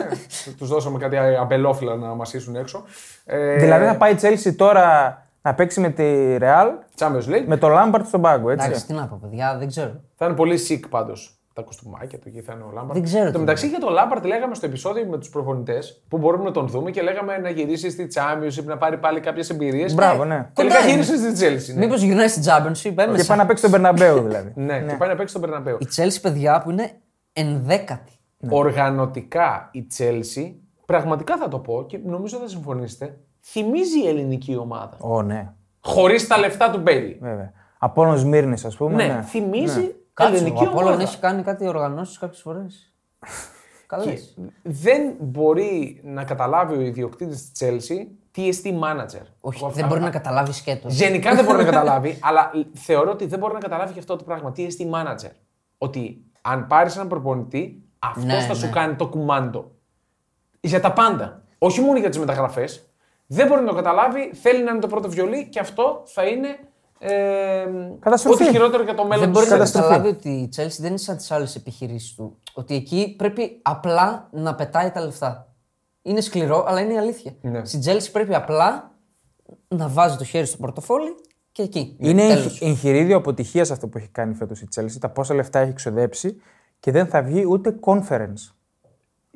[SPEAKER 2] Τους δώσαμε κάτι αμπελόφυλλα να μασίσουν έξω. Ε,
[SPEAKER 1] Δηλαδή θα πάει η Τσέλση τώρα να παίξει με τη Ρεάλ
[SPEAKER 2] Champions League.
[SPEAKER 1] με το Λάμπαρτ στον πάγκο, έτσι.
[SPEAKER 3] Εντάξει, τι να πω, παιδιά, δεν ξέρω.
[SPEAKER 2] Θα είναι πολύ sick πάντως τα κοστούμάκια του εκεί θα είναι ο Λάμπαρτ.
[SPEAKER 3] Δεν ξέρω
[SPEAKER 2] Εν τω
[SPEAKER 3] τι
[SPEAKER 2] μεταξύ για τον Λάμπαρτ λέγαμε στο επεισόδιο με τους προπονητές που μπορούμε να τον δούμε και λέγαμε να γυρίσει στη Championship να πάρει πάλι κάποιες εμπειρίες.
[SPEAKER 1] Μπράβο, ναι.
[SPEAKER 2] Τελικά
[SPEAKER 3] Κοντά είναι.
[SPEAKER 2] γύρισε στη Chelsea. Ναι.
[SPEAKER 3] Μήπως γυρνάει στην Championship, ε,
[SPEAKER 1] Και πάει
[SPEAKER 3] έμεσα.
[SPEAKER 1] να παίξει τον Μπερναμπέου δηλαδή.
[SPEAKER 2] Ναι, και πάει να παίξει τον Περναπέο.
[SPEAKER 3] Η Chelsea, παιδιά, που είναι ενδέκατη.
[SPEAKER 2] Οργανωτικά η Chelsea, πραγματικά θα το πω και νομίζω θα συμφωνήσετε, θυμίζει η ελληνική ομάδα.
[SPEAKER 1] Ω, ναι,
[SPEAKER 2] Χωρίς τα λεφτά του Μπέιλι.
[SPEAKER 1] βέβαια. Απόλυτο Μύρνης, ας πούμε.
[SPEAKER 2] Ναι,
[SPEAKER 1] ναι.
[SPEAKER 2] θυμίζει
[SPEAKER 3] Κάτσε, ο
[SPEAKER 2] ελληνική
[SPEAKER 3] Απόλλων
[SPEAKER 2] ομάδα.
[SPEAKER 3] έχει κάνει κάτι οργανώσεις κάποιες φορές.
[SPEAKER 2] (laughs)
[SPEAKER 3] Καλέ.
[SPEAKER 2] Δεν μπορεί να καταλάβει ο ιδιοκτήτης της Chelsea τι εστί manager.
[SPEAKER 3] Όχι,
[SPEAKER 2] Εγώ
[SPEAKER 3] δεν μπορεί να καταλάβει σκέτο.
[SPEAKER 2] Γενικά δεν μπορεί να καταλάβει, αλλά θεωρώ ότι δεν μπορεί να καταλάβει και αυτό το πράγμα. Τι εστί manager. Ότι αν πάρεις έναν προπονητή, αυτός
[SPEAKER 3] Ναι,
[SPEAKER 2] θα
[SPEAKER 3] ναι.
[SPEAKER 2] σου κάνει το κουμάντο. Για τα πάντα. Όχι μόνο για τις μεταγραφές. Δεν μπορεί να το καταλάβει, θέλει να είναι το πρώτο βιολί και αυτό θα είναι. Ε,
[SPEAKER 1] Καταστροφή.
[SPEAKER 2] Ό,τι χειρότερο για το μέλλον
[SPEAKER 3] Δεν
[SPEAKER 2] της
[SPEAKER 3] μπορεί να
[SPEAKER 2] Chelsea.
[SPEAKER 1] Καταστροφή.
[SPEAKER 3] καταλάβει ότι η Chelsea δεν είναι σαν τις άλλες επιχειρήσεις του. Ότι εκεί πρέπει απλά να πετάει τα λεφτά. Είναι σκληρό, αλλά είναι η αλήθεια.
[SPEAKER 2] Ναι.
[SPEAKER 3] Στην Chelsea πρέπει απλά να βάζει το χέρι στο πορτοφόλι και εκεί.
[SPEAKER 1] Είναι
[SPEAKER 3] Τέλος.
[SPEAKER 1] εγχ- εγχειρίδιο αποτυχίας αυτό που έχει κάνει φέτος η Τσέλση. Τα πόσα λεφτά έχει ξοδέψει και δεν θα βγει ούτε conference.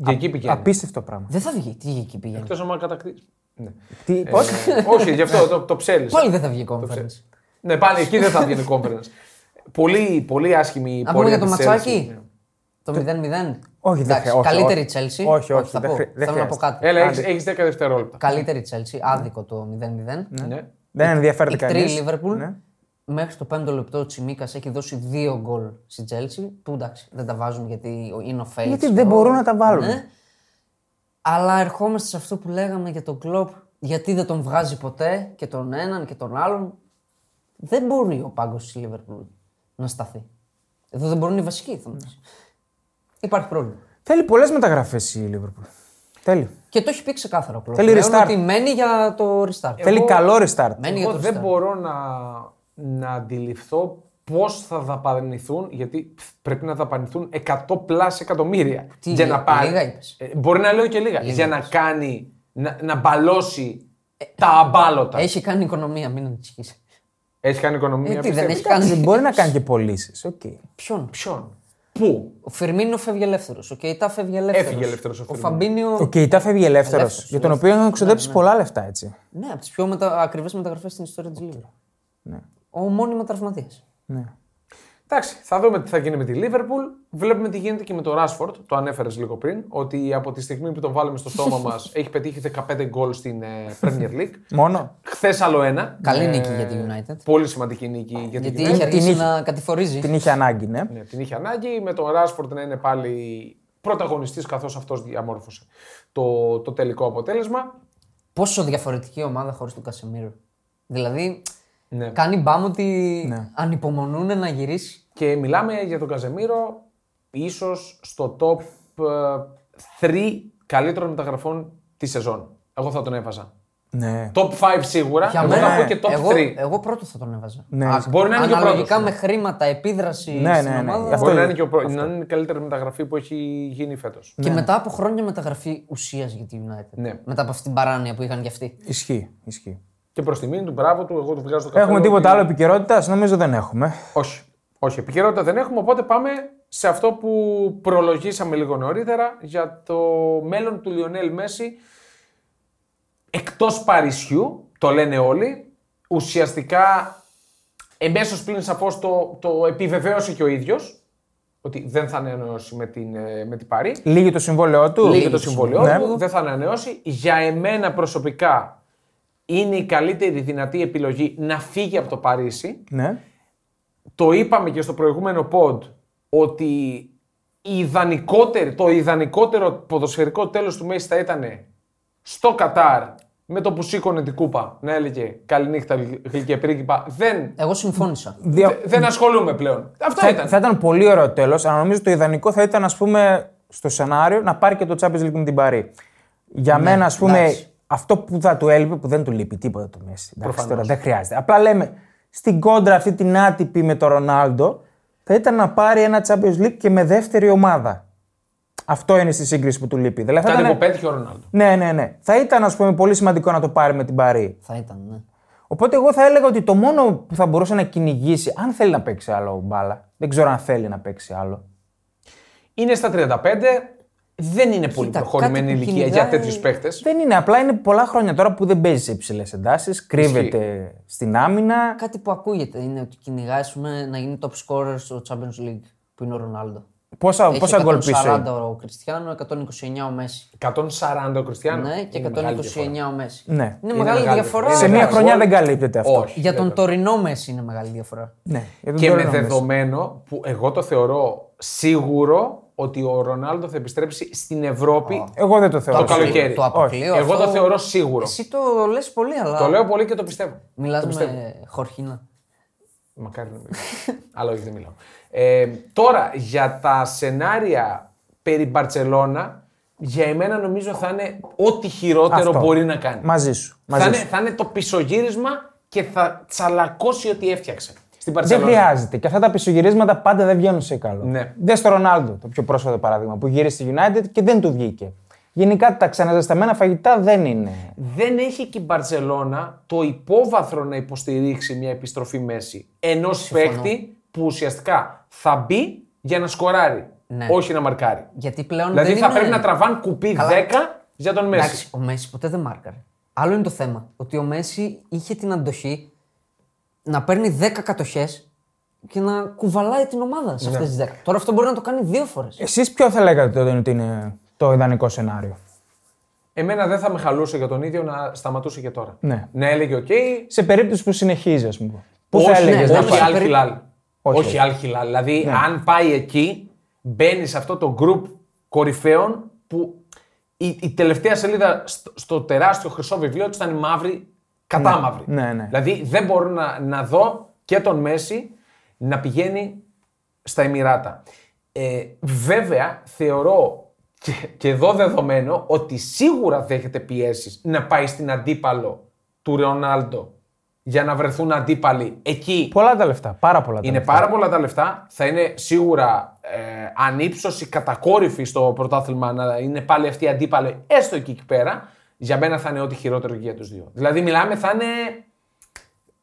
[SPEAKER 2] Και εκεί πηγαίνει.
[SPEAKER 1] Απίστευτο πράγμα.
[SPEAKER 3] Δεν θα βγει. Τι εκεί πηγαίνει.
[SPEAKER 2] Εκτός άμα κατακτήσει. Ναι.
[SPEAKER 1] Τι, πώς?
[SPEAKER 2] Ε, όχι, γι' αυτό το, το ψέλισα.
[SPEAKER 3] Πάλι δεν θα βγει conference.
[SPEAKER 2] Ναι, πάλι εκεί δεν θα βγει conference. πολύ, πολύ άσχημη η
[SPEAKER 3] Να πούμε
[SPEAKER 2] πορεία
[SPEAKER 3] για το
[SPEAKER 2] της Chelsea.
[SPEAKER 3] ματσάκι. Το 0-0.
[SPEAKER 1] Όχι, δεν
[SPEAKER 3] Εντάξει,
[SPEAKER 1] χρειάζεται.
[SPEAKER 3] Καλύτερη η
[SPEAKER 1] όχι.
[SPEAKER 3] Chelsea.
[SPEAKER 1] Όχι, όχι,
[SPEAKER 3] θα
[SPEAKER 1] δεν
[SPEAKER 3] πω.
[SPEAKER 1] χρει- δεν
[SPEAKER 3] Θέλω να πω
[SPEAKER 1] χρειάζεται.
[SPEAKER 3] κάτι.
[SPEAKER 2] Ναι. Έλα, έχεις 10 δευτερόλεπτα.
[SPEAKER 3] Καλύτερη η Chelsea. Άδικο το 0-0.
[SPEAKER 2] Ναι.
[SPEAKER 1] Δεν ενδιαφέρεται
[SPEAKER 3] Εκτρή η
[SPEAKER 1] κανεί.
[SPEAKER 3] Λίβερπουλ.
[SPEAKER 1] Ναι.
[SPEAKER 3] Μέχρι το πέμπτο λεπτό ο Τσιμίκας έχει δώσει δύο γκολ στη Chelsea. Που εντάξει, δεν τα βάζουν γιατί είναι ο Φέλιξ.
[SPEAKER 1] Γιατί δεν
[SPEAKER 3] ο-
[SPEAKER 1] μπορούν να τα βάλουν.
[SPEAKER 3] Ναι. Αλλά ερχόμαστε σε αυτό που λέγαμε για τον Κλοπ. Γιατί δεν τον βγάζει ποτέ και τον έναν και τον άλλον. Δεν μπορεί ο πάγκος της Λίβερπουλ να σταθεί. Εδώ δεν μπορούν οι βασικοί. Θα μου
[SPEAKER 1] Ναι.
[SPEAKER 3] πεις. Υπάρχει πρόβλημα.
[SPEAKER 1] Θέλει πολλές μεταγραφές η Λίβερπουλ. Θέλει.
[SPEAKER 3] Και το έχει πει ξεκάθαρα ο Κλοπ.
[SPEAKER 1] Θέλει
[SPEAKER 3] Πλέον
[SPEAKER 1] restart.
[SPEAKER 3] Ότι μένει για το restart.
[SPEAKER 1] Θέλει καλό restart.
[SPEAKER 3] Μένει για
[SPEAKER 2] Εγώ
[SPEAKER 3] το
[SPEAKER 2] δεν
[SPEAKER 3] restart.
[SPEAKER 2] μπορώ να, να αντιληφθώ πώς θα δαπανηθούν, γιατί πφ, πρέπει να δαπανηθούν 100 πλάσ εκατομμύρια.
[SPEAKER 3] Τι,
[SPEAKER 2] για να πάρει.
[SPEAKER 3] λίγα είπες.
[SPEAKER 2] Ε, μπορεί να λέω και λίγα. για να κάνει, να, να μπαλώσει τα αμπάλωτα. Έχει,
[SPEAKER 3] Ε, Έχει κάνει οικονομία, μην ανησυχείς.
[SPEAKER 2] κάνει οικονομία.
[SPEAKER 3] Ε, τι, δεν
[SPEAKER 2] πιστεύεις?
[SPEAKER 3] έχει κάνει.
[SPEAKER 1] Εντάξει, μπορεί να κάνει και πωλήσεις. Okay.
[SPEAKER 3] Ποιον.
[SPEAKER 2] Ποιον. Πού.
[SPEAKER 3] Ο Φερμίνο φεύγει ελεύθερος. Ο Κεϊτά φεύγει ελεύθερος.
[SPEAKER 2] Έφυγε ελεύθερος ο
[SPEAKER 3] Ο
[SPEAKER 2] Φιρμίνο.
[SPEAKER 3] Φαμπίνιο.
[SPEAKER 1] Ο Κεϊτά φεύγει ελεύθερος,
[SPEAKER 3] Ελεύθερος,
[SPEAKER 1] για τον οποίο έχουν ξοδέψει πολλά λεφτά έτσι.
[SPEAKER 3] Ναι, από τις πιο
[SPEAKER 2] Ναι.
[SPEAKER 3] μετα... ακριβές μεταγραφές στην ιστορία της Λίβερ. Ο μόνιμα τραυματία.
[SPEAKER 2] Εντάξει, θα δούμε τι θα γίνει με τη Λίβερπουλ. Βλέπουμε τι γίνεται και με τον Ράσφορντ. Το ανέφερες λίγο πριν. Ότι από τη στιγμή που τον βάλουμε στο
[SPEAKER 3] (laughs)
[SPEAKER 2] στόμα μας έχει πετύχει 15 γκολ στην ε, Premier League.
[SPEAKER 1] Μόνο.
[SPEAKER 2] Χθες άλλο ένα. Ε,
[SPEAKER 3] Καλή νίκη για τη United.
[SPEAKER 2] Πολύ σημαντική νίκη για την
[SPEAKER 3] Γιατί
[SPEAKER 2] United.
[SPEAKER 3] έχει αρχίσει
[SPEAKER 1] είχε.
[SPEAKER 3] να κατηφορίζει.
[SPEAKER 1] Την είχε ανάγκη, ναι.
[SPEAKER 2] Ναι, την είχε ανάγκη. Με τον Ράσφορντ να είναι πάλι πρωταγωνιστής καθώς αυτός διαμόρφωσε το, το τελικό αποτέλεσμα.
[SPEAKER 3] Πόσο διαφορετική ομάδα χωρίς τον Κασεμίρο. Δηλαδή,
[SPEAKER 2] Ναι.
[SPEAKER 3] κάνει μπάμ ότι ανυπομονούν να γυρίσει.
[SPEAKER 2] Και μιλάμε για τον Καζεμίρο ίσως στο top ε, 3 καλύτερων μεταγραφών της σεζόν. Εγώ θα τον έβαζα.
[SPEAKER 1] ναι.
[SPEAKER 2] Top 5 σίγουρα.
[SPEAKER 3] Για
[SPEAKER 2] εγώ
[SPEAKER 1] μένα,
[SPEAKER 2] θα πω και top
[SPEAKER 3] εγώ,
[SPEAKER 2] 3.
[SPEAKER 3] εγώ πρώτο θα τον έβαζα.
[SPEAKER 1] Ναι.
[SPEAKER 2] Μπορεί να είναι και ο
[SPEAKER 3] Αναλογικά
[SPEAKER 2] πρώτος. ναι.
[SPEAKER 3] με χρήματα, επίδραση
[SPEAKER 1] Ναι,
[SPEAKER 3] στην
[SPEAKER 1] ναι, ναι.
[SPEAKER 3] ομάδα.
[SPEAKER 1] Αυτό
[SPEAKER 2] Μπορεί να
[SPEAKER 1] είναι.
[SPEAKER 2] είναι και ο πρώτος. Να είναι η καλύτερη μεταγραφή που έχει γίνει φέτος.
[SPEAKER 3] Και μετά από χρόνια μεταγραφή ουσίας για τη United.
[SPEAKER 2] Ναι.
[SPEAKER 3] Μετά από αυτή την παράνοια που είχαν κι αυτοί.
[SPEAKER 1] Ισχύει. ισχύει.
[SPEAKER 2] Και προς τιμή του, μπράβο του, εγώ του βγάζω το καπέλο.
[SPEAKER 1] Έχουμε τίποτα
[SPEAKER 2] ότι-
[SPEAKER 1] άλλο επικαιρότητας, νομίζω δεν έχουμε.
[SPEAKER 2] Όχι. Όχι, επικαιρότητα δεν έχουμε, οπότε πάμε σε αυτό που προλογίσαμε λίγο νωρίτερα για το μέλλον του Λιονέλ Μέση εκτός Παρισιού, το λένε όλοι. Ουσιαστικά, εμέσως πλήν σαφώς το, το επιβεβαίωσε και ο ίδιος, ότι δεν θα ανανεώσει με την, ε, με την Παρή.
[SPEAKER 1] Λίγη το συμβόλαιό του.
[SPEAKER 2] Λίγη το συμβολαιό
[SPEAKER 1] Ναι.
[SPEAKER 2] του, δεν θα ανανεώσει. Για εμένα προσωπικά είναι η καλύτερη δυνατή επιλογή να φύγει από το Παρίσι.
[SPEAKER 1] Ναι.
[SPEAKER 2] Το είπαμε και στο προηγούμενο pod ότι η ιδανικότερη, το ιδανικότερο ποδοσφαιρικό τέλος του Μέση θα ήταν στο Κατάρ με το που σήκωνε την κούπα να έλεγε καληνύχτα γλυκέ πρίγκιπα. Δεν,
[SPEAKER 3] Εγώ συμφώνησα.
[SPEAKER 1] Δια-
[SPEAKER 2] δεν ασχολούμαι πλέον. Αυτό
[SPEAKER 1] θα,
[SPEAKER 2] ήταν.
[SPEAKER 1] θα ήταν πολύ ωραίο τέλος, αλλά νομίζω το ιδανικό θα ήταν, ας πούμε, στο σενάριο να πάρει και το Champions League με την Παρή. Για
[SPEAKER 2] Ναι,
[SPEAKER 1] μένα, ας πούμε,
[SPEAKER 3] εντάξει.
[SPEAKER 1] αυτό που θα του έλειπε, που δεν του λείπει τίποτα το Μέση. Εντάξει,
[SPEAKER 2] Προφανώς.
[SPEAKER 1] τώρα δεν χρειάζεται. Απλά λέμε στην κόντρα αυτή την άτυπη με τον Ρονάλντο, θα ήταν να πάρει ένα Champions League και με δεύτερη ομάδα. Αυτό είναι στη σύγκριση που του λείπει. Δηλαδή, θα
[SPEAKER 2] Ήταν
[SPEAKER 1] ήταν-
[SPEAKER 2] υποπέτυχε ο Ρονάλντο.
[SPEAKER 1] Ναι, ναι, ναι. Θα ήταν, ας πούμε, πολύ σημαντικό να το πάρει με την Παρή.
[SPEAKER 3] Θα ήταν, ναι.
[SPEAKER 1] Οπότε εγώ θα έλεγα ότι το μόνο που θα μπορούσε να κυνηγήσει, αν θέλει να παίξει άλλο μπάλα, δεν ξέρω αν θέλει να παίξει άλλο.
[SPEAKER 2] Είναι στα 35, δεν είναι πολύ
[SPEAKER 3] Κοίτα,
[SPEAKER 2] προχωρημένη
[SPEAKER 3] κάτι που
[SPEAKER 2] ηλικία
[SPEAKER 3] κυνηγάει-
[SPEAKER 2] για τέτοιους παίχτες.
[SPEAKER 1] Δεν είναι, απλά είναι πολλά χρόνια τώρα που δεν παίζει σε υψηλές εντάσεις, κρύβεται στην άμυνα.
[SPEAKER 3] Κάτι που ακούγεται είναι ότι κυνηγάει ας πούμε, να γίνει top scorer στο Champions League που είναι ο Ρονάλντο.
[SPEAKER 1] Πόσα,
[SPEAKER 3] Έχει
[SPEAKER 1] πόσα γκολ πίσω.
[SPEAKER 3] 140
[SPEAKER 1] είναι.
[SPEAKER 3] ο Κριστιανό, 129 ο Μέση.
[SPEAKER 2] 140 ο Κριστιανό.
[SPEAKER 3] Ναι, και
[SPEAKER 2] Είναι μεγάλη διαφορά.
[SPEAKER 3] 129 ο Μέση.
[SPEAKER 1] Ναι.
[SPEAKER 3] Είναι,
[SPEAKER 1] Είναι
[SPEAKER 3] μεγάλη
[SPEAKER 2] μεγάλη
[SPEAKER 3] διαφορά.
[SPEAKER 2] διαφορά.
[SPEAKER 1] Σε μία
[SPEAKER 2] μεγάλο
[SPEAKER 1] χρονιά
[SPEAKER 2] γκολ.
[SPEAKER 1] δεν καλύπτεται αυτό.
[SPEAKER 2] Όχι.
[SPEAKER 3] Για τον
[SPEAKER 2] δεν-
[SPEAKER 3] τωρινό Μέση είναι μεγάλη διαφορά.
[SPEAKER 1] Ναι, για τον
[SPEAKER 2] Και με
[SPEAKER 1] Τωρινό Μέση.
[SPEAKER 2] δεδομένο που εγώ το θεωρώ σίγουρο ότι ο Ρονάλντο θα επιστρέψει στην Ευρώπη
[SPEAKER 1] Εγώ δεν το θεωρώ.
[SPEAKER 2] το καλοκαίρι.
[SPEAKER 3] Το αποκλείω.
[SPEAKER 2] Όχι. Εγώ
[SPEAKER 3] αυτό.
[SPEAKER 2] το θεωρώ σίγουρο.
[SPEAKER 3] Εσύ το λες πολύ, αλλά.
[SPEAKER 2] Το λέω πολύ και το πιστεύω.
[SPEAKER 3] Μιλάς με χορχίνα.
[SPEAKER 2] Μακάρι να μιλάω. Αλλά όχι, δεν μιλάω. Ε, τώρα, για τα σενάρια περί Μπαρτσελώνα, για εμένα νομίζω θα είναι ό,τι χειρότερο
[SPEAKER 1] Αυτό.
[SPEAKER 2] μπορεί να κάνει.
[SPEAKER 1] Μαζί σου. Μαζί
[SPEAKER 2] θα, είναι,
[SPEAKER 1] σου.
[SPEAKER 2] θα είναι το πισωγύρισμα και θα τσαλακώσει ό,τι έφτιαξε
[SPEAKER 1] Δεν
[SPEAKER 2] στην Μπαρτσελώνα.
[SPEAKER 1] χρειάζεται. Και αυτά τα πισωγυρίσματα πάντα δεν βγαίνουν σε καλό.
[SPEAKER 2] Ναι.
[SPEAKER 1] Δες στο Ρονάλντο, το πιο πρόσφατο παράδειγμα, που γύρισε στη United και δεν του βγήκε. Γενικά τα ξαναζεσταμένα φαγητά δεν είναι.
[SPEAKER 2] δεν έχει και η Μπαρτσελώνα το υπόβαθρο να υποστηρίξει μια επιστροφή μέση ενός παίκτη που ουσιαστικά θα μπει για να σκοράρει,
[SPEAKER 3] Ναι.
[SPEAKER 2] όχι να μαρκάρει.
[SPEAKER 3] Γιατί πλέον
[SPEAKER 2] δηλαδή
[SPEAKER 3] δεν
[SPEAKER 2] θα
[SPEAKER 3] είναι...
[SPEAKER 2] πρέπει να τραβάνε κουπί
[SPEAKER 3] Καλά.
[SPEAKER 2] 10 για τον Μέση.
[SPEAKER 3] Εντάξει, ο Μέση ποτέ δεν μάρκαρε. Άλλο είναι το θέμα. Ότι ο Μέση είχε την αντοχή να παίρνει 10 κατοχές και να κουβαλάει την ομάδα
[SPEAKER 2] Ναι.
[SPEAKER 3] σε αυτές τις 10. Τώρα αυτό μπορεί να το κάνει δύο φορές.
[SPEAKER 2] Ε,
[SPEAKER 1] Εσείς ποιο θα λέγατε τότε ότι είναι το ιδανικό σενάριο.
[SPEAKER 2] Εμένα δεν θα με χαλούσε για τον ίδιο να σταματούσε και τώρα.
[SPEAKER 1] Ναι.
[SPEAKER 2] Να έλεγε οκ.
[SPEAKER 1] Σε περίπτωση που συνεχίζει, ας πούμε. Πού
[SPEAKER 2] όχι,
[SPEAKER 1] θα έλεγες
[SPEAKER 3] ναι,
[SPEAKER 1] να
[SPEAKER 3] δεν
[SPEAKER 2] όχι
[SPEAKER 1] πάει.
[SPEAKER 3] θα-
[SPEAKER 2] Al Hilal.
[SPEAKER 1] Όχι. Ναι.
[SPEAKER 2] Όχι Al Hilal. Δηλαδή, αν πάει εκεί, μπαίνει σε αυτό το group κορυφαίων που η, η τελευταία σελίδα στο, στο τεράστιο χρυσό βιβλίο του ήταν μαύρη κατά μαύρη.
[SPEAKER 1] Ναι, ναι.
[SPEAKER 2] Δηλαδή, δεν μπορώ να, να δω και τον Μέση να πηγαίνει στα Εμμυράτα. Ε, βέβαια, θεωρώ και, και εδώ δεδομένο ότι σίγουρα δέχεται πιέσεις να πάει στην αντίπαλο του Ρεωνάλντο για να βρεθούν αντίπαλοι εκεί.
[SPEAKER 1] Πολλά τα λεφτά. Πάρα πολλά τα
[SPEAKER 2] Είναι
[SPEAKER 1] λεφτά.
[SPEAKER 2] πάρα πολλά τα λεφτά. Θα είναι σίγουρα ε, ανύψωση κατακόρυφη στο πρωτάθλημα να είναι πάλι αυτοί οι αντίπαλοι, έστω και εκεί πέρα. Για μένα θα είναι ό,τι χειρότερο και για τους δύο. Δηλαδή, μιλάμε, θα είναι.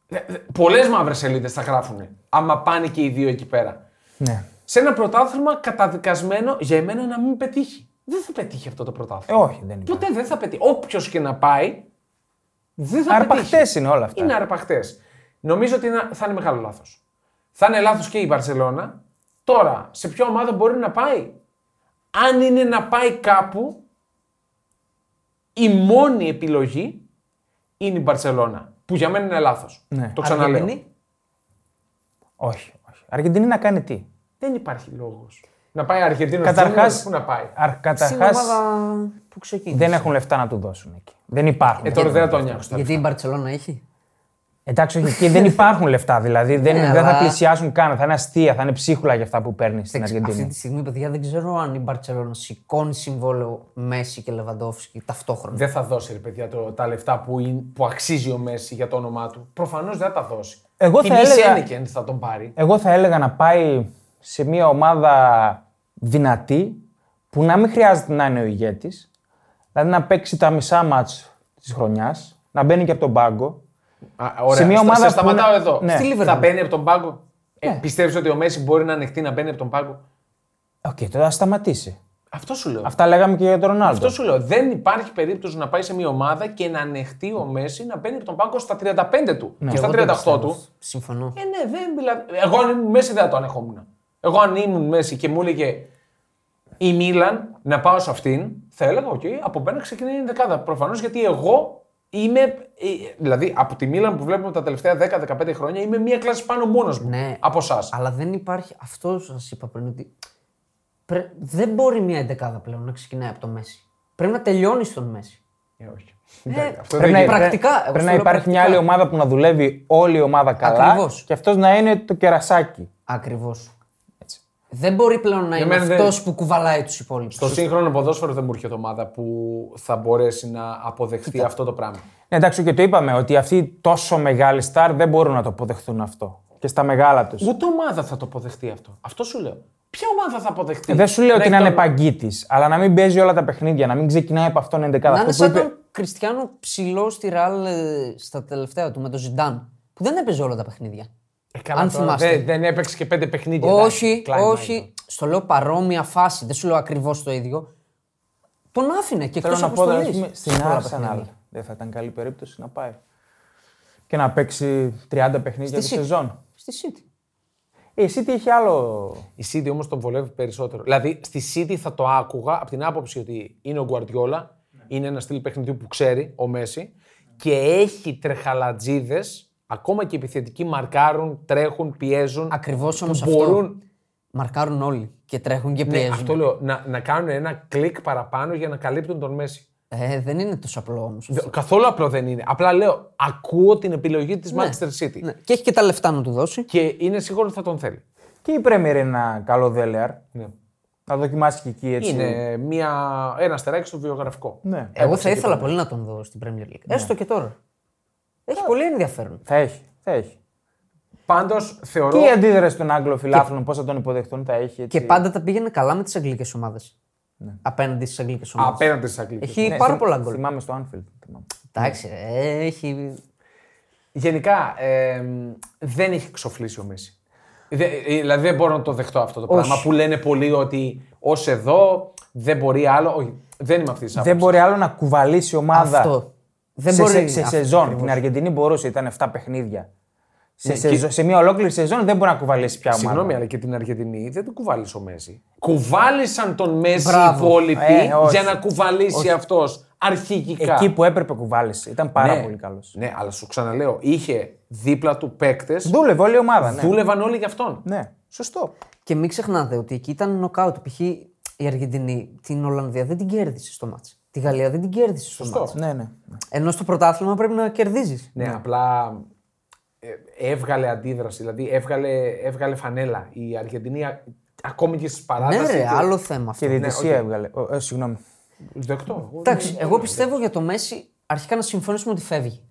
[SPEAKER 2] ε, Πολλές μαύρες σελίδες θα γράφουν. Άμα πάνε και οι δύο εκεί πέρα.
[SPEAKER 1] Ναι.
[SPEAKER 2] Σε ένα πρωτάθλημα καταδικασμένο για εμένα να μην πετύχει. Δεν θα πετύχει αυτό το
[SPEAKER 1] Ε,
[SPEAKER 2] πρωτάθλημα.
[SPEAKER 1] όχι, δεν είναι.
[SPEAKER 2] Ποτέ δεν θα πετύχει. Όποιος και να πάει, δεν θα
[SPEAKER 1] Αρπαχτές
[SPEAKER 2] πετύχει.
[SPEAKER 1] είναι όλα αυτά.
[SPEAKER 2] Είναι αρπαχτές. Νομίζω ότι είναι- θα είναι μεγάλο λάθος. Θα είναι λάθος και η Μπαρσελόνα. Τώρα, σε ποια ομάδα μπορεί να πάει. Αν είναι να πάει κάπου, η μόνη επιλογή είναι η Μπαρσελόνα. Που για μένα είναι λάθος.
[SPEAKER 1] Ναι.
[SPEAKER 2] Το ξαναλέω.
[SPEAKER 3] Αργεντινή.
[SPEAKER 1] Όχι, όχι. Αργεντινή να κάνει τι.
[SPEAKER 2] Δεν υπάρχει λόγος. Να πάει Αργεντίνος
[SPEAKER 1] Καταρχάς-
[SPEAKER 2] Πού να πάει.
[SPEAKER 1] Αρ-
[SPEAKER 3] Στην
[SPEAKER 1] Καταρχά,
[SPEAKER 3] ομάδα που ξεκίνησε.
[SPEAKER 1] δεν έχουν λεφτά να του δώσουν εκεί. Δεν υπάρχουν.
[SPEAKER 2] Ε, τώρα δεν θα το νιάξω.
[SPEAKER 3] Γιατί η Μπαρσελόνα έχει.
[SPEAKER 1] Εντάξει, όχι, εκεί
[SPEAKER 2] (laughs)
[SPEAKER 1] δεν υπάρχουν λεφτά. Δηλαδή δεν,
[SPEAKER 3] Ναι,
[SPEAKER 1] δεν θα
[SPEAKER 3] αλλά-
[SPEAKER 1] πλησιάσουν καν. Θα είναι αστεία, θα είναι ψίχουλα για αυτά που παίρνεις στην
[SPEAKER 3] Αυτή τη
[SPEAKER 1] Αργεντινή.
[SPEAKER 3] στιγμή, παιδιά, δεν ξέρω αν η Μπαρσελόνα σηκώνει συμβόλαιο Μέση και Λεβαντόφσκι ταυτόχρονα.
[SPEAKER 2] Δεν θα δώσει, ρε παιδιά, το, τα λεφτά που, είναι- που αξίζει ο Μέση για το όνομά του. Προφανώς δεν θα τα δώσει.
[SPEAKER 1] Εγώ
[SPEAKER 2] Τι
[SPEAKER 1] θα έλεγα-
[SPEAKER 2] Σένικεν θα τον πάρει.
[SPEAKER 1] Εγώ θα έλεγα να πάει σε μια ομάδα δυνατή που να μην χρειάζεται να είναι ο ηγέτης. Δηλαδή να παίξει τα μισά μάτς της χρονιάς, να μπαίνει και από τον πάγκο.
[SPEAKER 2] Α, ωραία.
[SPEAKER 1] Σε μια
[SPEAKER 2] Στα-
[SPEAKER 1] ομάδα
[SPEAKER 2] σε
[SPEAKER 1] που
[SPEAKER 2] σταματάω
[SPEAKER 1] είναι-
[SPEAKER 2] εδώ.
[SPEAKER 1] Ναι. Στη
[SPEAKER 2] Θα
[SPEAKER 3] Λίβερπουλ.
[SPEAKER 2] μπαίνει από τον πάγκο. Ε, Πιστεύεις ότι ο Μέση μπορεί να ανεχτεί να μπαίνει από τον πάγκο.
[SPEAKER 1] Οκ, τώρα θα σταματήσει.
[SPEAKER 2] Αυτό σου λέω.
[SPEAKER 1] Αυτά λέγαμε και για τον Ρονάλντο.
[SPEAKER 2] Αυτό σου λέω. Δεν υπάρχει περίπτωση να πάει σε μια ομάδα και να ανεχτεί ο Μέση να μπαίνει από τον πάγκο στα 35 του
[SPEAKER 1] Ναι.
[SPEAKER 2] και στα
[SPEAKER 3] Εγώ το
[SPEAKER 2] 38
[SPEAKER 3] πιστεύω.
[SPEAKER 2] του.
[SPEAKER 3] Συμφωνώ.
[SPEAKER 2] Ε, ναι, δεν δηλαδή. Εγώ αν ήμουν Μέση δεν θα το ανεχόμουν. Εγώ αν ήμουν Μέση και μου έλεγε η Μίλαν να πάω σε αυτήν, θα έλεγα: Οκ, από πέρα ξεκινάει η δεκάδα. Προφανώς γιατί εγώ είμαι. ε, Δηλαδή από τη Μίλαν που βλέπουμε τα τελευταία 10-15 χρόνια είμαι μία κλάση πάνω μόνος μου.
[SPEAKER 3] Ναι.
[SPEAKER 2] Από εσάς.
[SPEAKER 3] Αλλά δεν υπάρχει. Αυτό σας είπα πριν ότι. πρέ- Δεν μπορεί μια εντεκάδα πλέον να ξεκινάει από το Μέση. Πρέπει να τελειώνει στον Μέση.
[SPEAKER 2] Ε, όχι.
[SPEAKER 3] Ε,
[SPEAKER 2] Αυτό
[SPEAKER 1] Πρέπει να,
[SPEAKER 2] γίνεται.
[SPEAKER 3] Πρακτικά,
[SPEAKER 1] πρέπει-
[SPEAKER 3] εγώ
[SPEAKER 1] πρέπει
[SPEAKER 3] σου
[SPEAKER 1] να
[SPEAKER 3] λέω
[SPEAKER 1] υπάρχει μια
[SPEAKER 3] πρακτικά.
[SPEAKER 1] άλλη ομάδα που να δουλεύει όλη η ομάδα καλά
[SPEAKER 3] Ακριβώς.
[SPEAKER 1] και αυτός να είναι το κερασάκι.
[SPEAKER 3] Ακριβώς. Δεν μπορεί πλέον να είναι
[SPEAKER 2] μένα δεν-
[SPEAKER 3] αυτός που κουβαλάει τους υπόλοιπους.
[SPEAKER 2] Στο σύγχρονο ποδόσφαιρο δεν μου έρχεται ομάδα που θα μπορέσει να αποδεχθεί αυτό το πράγμα.
[SPEAKER 1] Ναι, εντάξει, και το είπαμε ότι αυτοί οι τόσο μεγάλοι στάρ δεν μπορούν να το αποδεχτούν αυτό. Και στα μεγάλα τους.
[SPEAKER 2] Ούτε ομάδα θα το αποδεχτεί αυτό. Αυτό σου λέω. Ποια ομάδα θα αποδεχτεί.
[SPEAKER 1] Ε, Δεν σου λέω
[SPEAKER 2] Να
[SPEAKER 1] ότι
[SPEAKER 2] έχει
[SPEAKER 1] να είναι
[SPEAKER 2] τον-
[SPEAKER 1] παγκίτης, αλλά να μην παίζει όλα τα παιχνίδια, να μην ξεκινάει από αυτόν 11.
[SPEAKER 3] Να είναι
[SPEAKER 1] Αυτό
[SPEAKER 3] σαν
[SPEAKER 1] που είπε.
[SPEAKER 3] τον Κριστιανό ψηλό στη ραλ ε, στα τελευταία του με τον Ζιντάν. Που δεν έπαιζε όλα τα παιχνίδια.
[SPEAKER 1] Ε,
[SPEAKER 2] Καλά,
[SPEAKER 3] Αν
[SPEAKER 2] τώρα
[SPEAKER 3] θυμάστε.
[SPEAKER 2] Δεν, δεν έπαιξε και πέντε παιχνίδια.
[SPEAKER 3] όχι,
[SPEAKER 2] εντάξει,
[SPEAKER 3] όχι.
[SPEAKER 2] Klein Michael.
[SPEAKER 3] Στο λέω παρόμοια φάση. Δεν σου λέω ακριβώς το ίδιο. Τον άφηνε και
[SPEAKER 1] Θέλω
[SPEAKER 3] εκτός
[SPEAKER 1] να πω τώρα, ας
[SPEAKER 3] αποστολή.
[SPEAKER 1] πούμε, στην Arsenal. Δεν θα ήταν καλή περίπτωση να πάει. Και να παίξει 30 παιχνίδια τη
[SPEAKER 3] Στη City.
[SPEAKER 1] σεζόν.
[SPEAKER 3] Στη City.
[SPEAKER 1] Ε, Η City έχει άλλο.
[SPEAKER 2] Η City όμως τον βολεύει περισσότερο. Δηλαδή στη City θα το άκουγα από την άποψη ότι είναι ο Γκουαρδιόλα,
[SPEAKER 3] Ναι.
[SPEAKER 2] είναι ένα στυλ παιχνιδιού που ξέρει ο Μέση και έχει τρεχαλατζίδες, ακόμα και επιθετικοί μαρκάρουν, τρέχουν, πιέζουν.
[SPEAKER 3] Ακριβώς όμως αυτό.
[SPEAKER 2] Μπορούν,
[SPEAKER 3] Μαρκάρουν όλοι και τρέχουν και
[SPEAKER 2] ναι,
[SPEAKER 3] πιέζουν.
[SPEAKER 2] αυτό λέω, να, να κάνουν ένα κλικ παραπάνω για να καλύπτουν τον Μέση.
[SPEAKER 3] ε, δεν είναι τόσο απλό όμως.
[SPEAKER 2] Δε- Καθόλου απλό δεν είναι. Απλά λέω, ακούω την επιλογή της Manchester City.
[SPEAKER 3] Ναι. Και έχει και τα λεφτά να του δώσει.
[SPEAKER 2] Και είναι σίγουρο ότι θα τον θέλει.
[SPEAKER 1] Και η Premier είναι ένα καλό δέλεαρ.
[SPEAKER 2] Ναι.
[SPEAKER 1] Να δοκιμάσει και εκεί έτσι.
[SPEAKER 2] Είναι μια, ένα αστεράκι στο βιογραφικό.
[SPEAKER 1] Ναι.
[SPEAKER 3] Εγώ θα ήθελα πολύ να τον δω στην Premier League. Έστω και τώρα.
[SPEAKER 1] Ε,
[SPEAKER 3] Έχει πολύ ενδιαφέρον.
[SPEAKER 1] Θα έχει. Θα έχει.
[SPEAKER 2] Πάντως θεωρώ.
[SPEAKER 1] Και η αντίδραση των Άγγλων φιλάθλων, πώς θα τον υποδεχτούν, θα έχει. Έτσι.
[SPEAKER 3] Και πάντα τα πήγαινε καλά με τις αγγλικές ομάδες.
[SPEAKER 1] Ναι.
[SPEAKER 3] Απέναντι στις αγγλικές ομάδες.
[SPEAKER 2] Απέναντι στις Αγγλικές.
[SPEAKER 3] Έχει πάρα
[SPEAKER 1] θυμ-
[SPEAKER 3] πολλά γκολ.
[SPEAKER 1] Θυμάμαι στο Anfield. θυμάμαι.
[SPEAKER 3] Εντάξει, ε, έχει.
[SPEAKER 2] Γενικά ε, δεν έχει ξοφλήσει ο Μέση. Δε, ε, δηλαδή δεν μπορώ να το δεχτώ αυτό το πράγμα που λένε πολλοί ότι ως εδώ δεν μπορεί άλλο. Όχι, δεν είμαι αυτής της άποψη.
[SPEAKER 1] Δεν μπορεί άλλο να κουβαλήσει ομάδα.
[SPEAKER 3] Αυτό. Δεν
[SPEAKER 1] σε,
[SPEAKER 3] μπορεί
[SPEAKER 1] σε, σε
[SPEAKER 3] αυτό
[SPEAKER 1] σεζόν.
[SPEAKER 3] ακριβώς. Ναι,
[SPEAKER 1] Την Αργεντινή μπορούσε, ήταν 7 παιχνίδια. Σε, σεζο- σε μια ολόκληρη σεζόν δεν μπορεί να κουβαλήσει πια ομάδα.
[SPEAKER 2] Συγγνώμη, αλλά και την Αργεντινή δεν την κουβάλει ο Μέση. Κουβάλισαν τον Μέση οι
[SPEAKER 3] Μπράβο.
[SPEAKER 2] υπόλοιποι
[SPEAKER 1] Ε, όχι.
[SPEAKER 2] για να κουβαλήσει αυτός αρχηγικά.
[SPEAKER 1] Εκεί που έπρεπε κουβάλησε. Ήταν πάρα
[SPEAKER 2] Ναι.
[SPEAKER 1] πολύ καλός.
[SPEAKER 2] Ναι, αλλά σου ξαναλέω, είχε δίπλα του παίκτες.
[SPEAKER 1] Δούλευε όλη η ομάδα. Ναι.
[SPEAKER 2] Δούλευαν όλοι για αυτόν.
[SPEAKER 1] ναι. Σωστό.
[SPEAKER 3] Και μην ξεχνάτε ότι εκεί ήταν νοκάουτ. Π.χ. η Αργεντινή την Ολλανδία δεν την κέρδισε στο μάτσο. Τη Γαλλία δεν την κέρδισες στο
[SPEAKER 2] Σωστό.
[SPEAKER 3] μάτσο.
[SPEAKER 1] Ναι, ναι.
[SPEAKER 3] Ενώ στο πρωτάθλημα πρέπει να κερδίζεις.
[SPEAKER 2] Ναι, απλά ε, έβγαλε αντίδραση. Δηλαδή έβγαλε, έβγαλε φανέλα η Αργεντινή α- ακόμη και στις
[SPEAKER 3] Ναι,
[SPEAKER 2] παράταση.
[SPEAKER 3] ρε, άλλο θέμα αυτό.
[SPEAKER 1] Και η
[SPEAKER 2] Ναι,
[SPEAKER 1] διαιτησία έβγαλε. Ο, ε, συγγνώμη.
[SPEAKER 2] Δεκτό. εγώ.
[SPEAKER 3] Εντάξει, εγώ πιστεύω για το Μέση αρχικά να συμφωνήσουμε ότι φεύγει.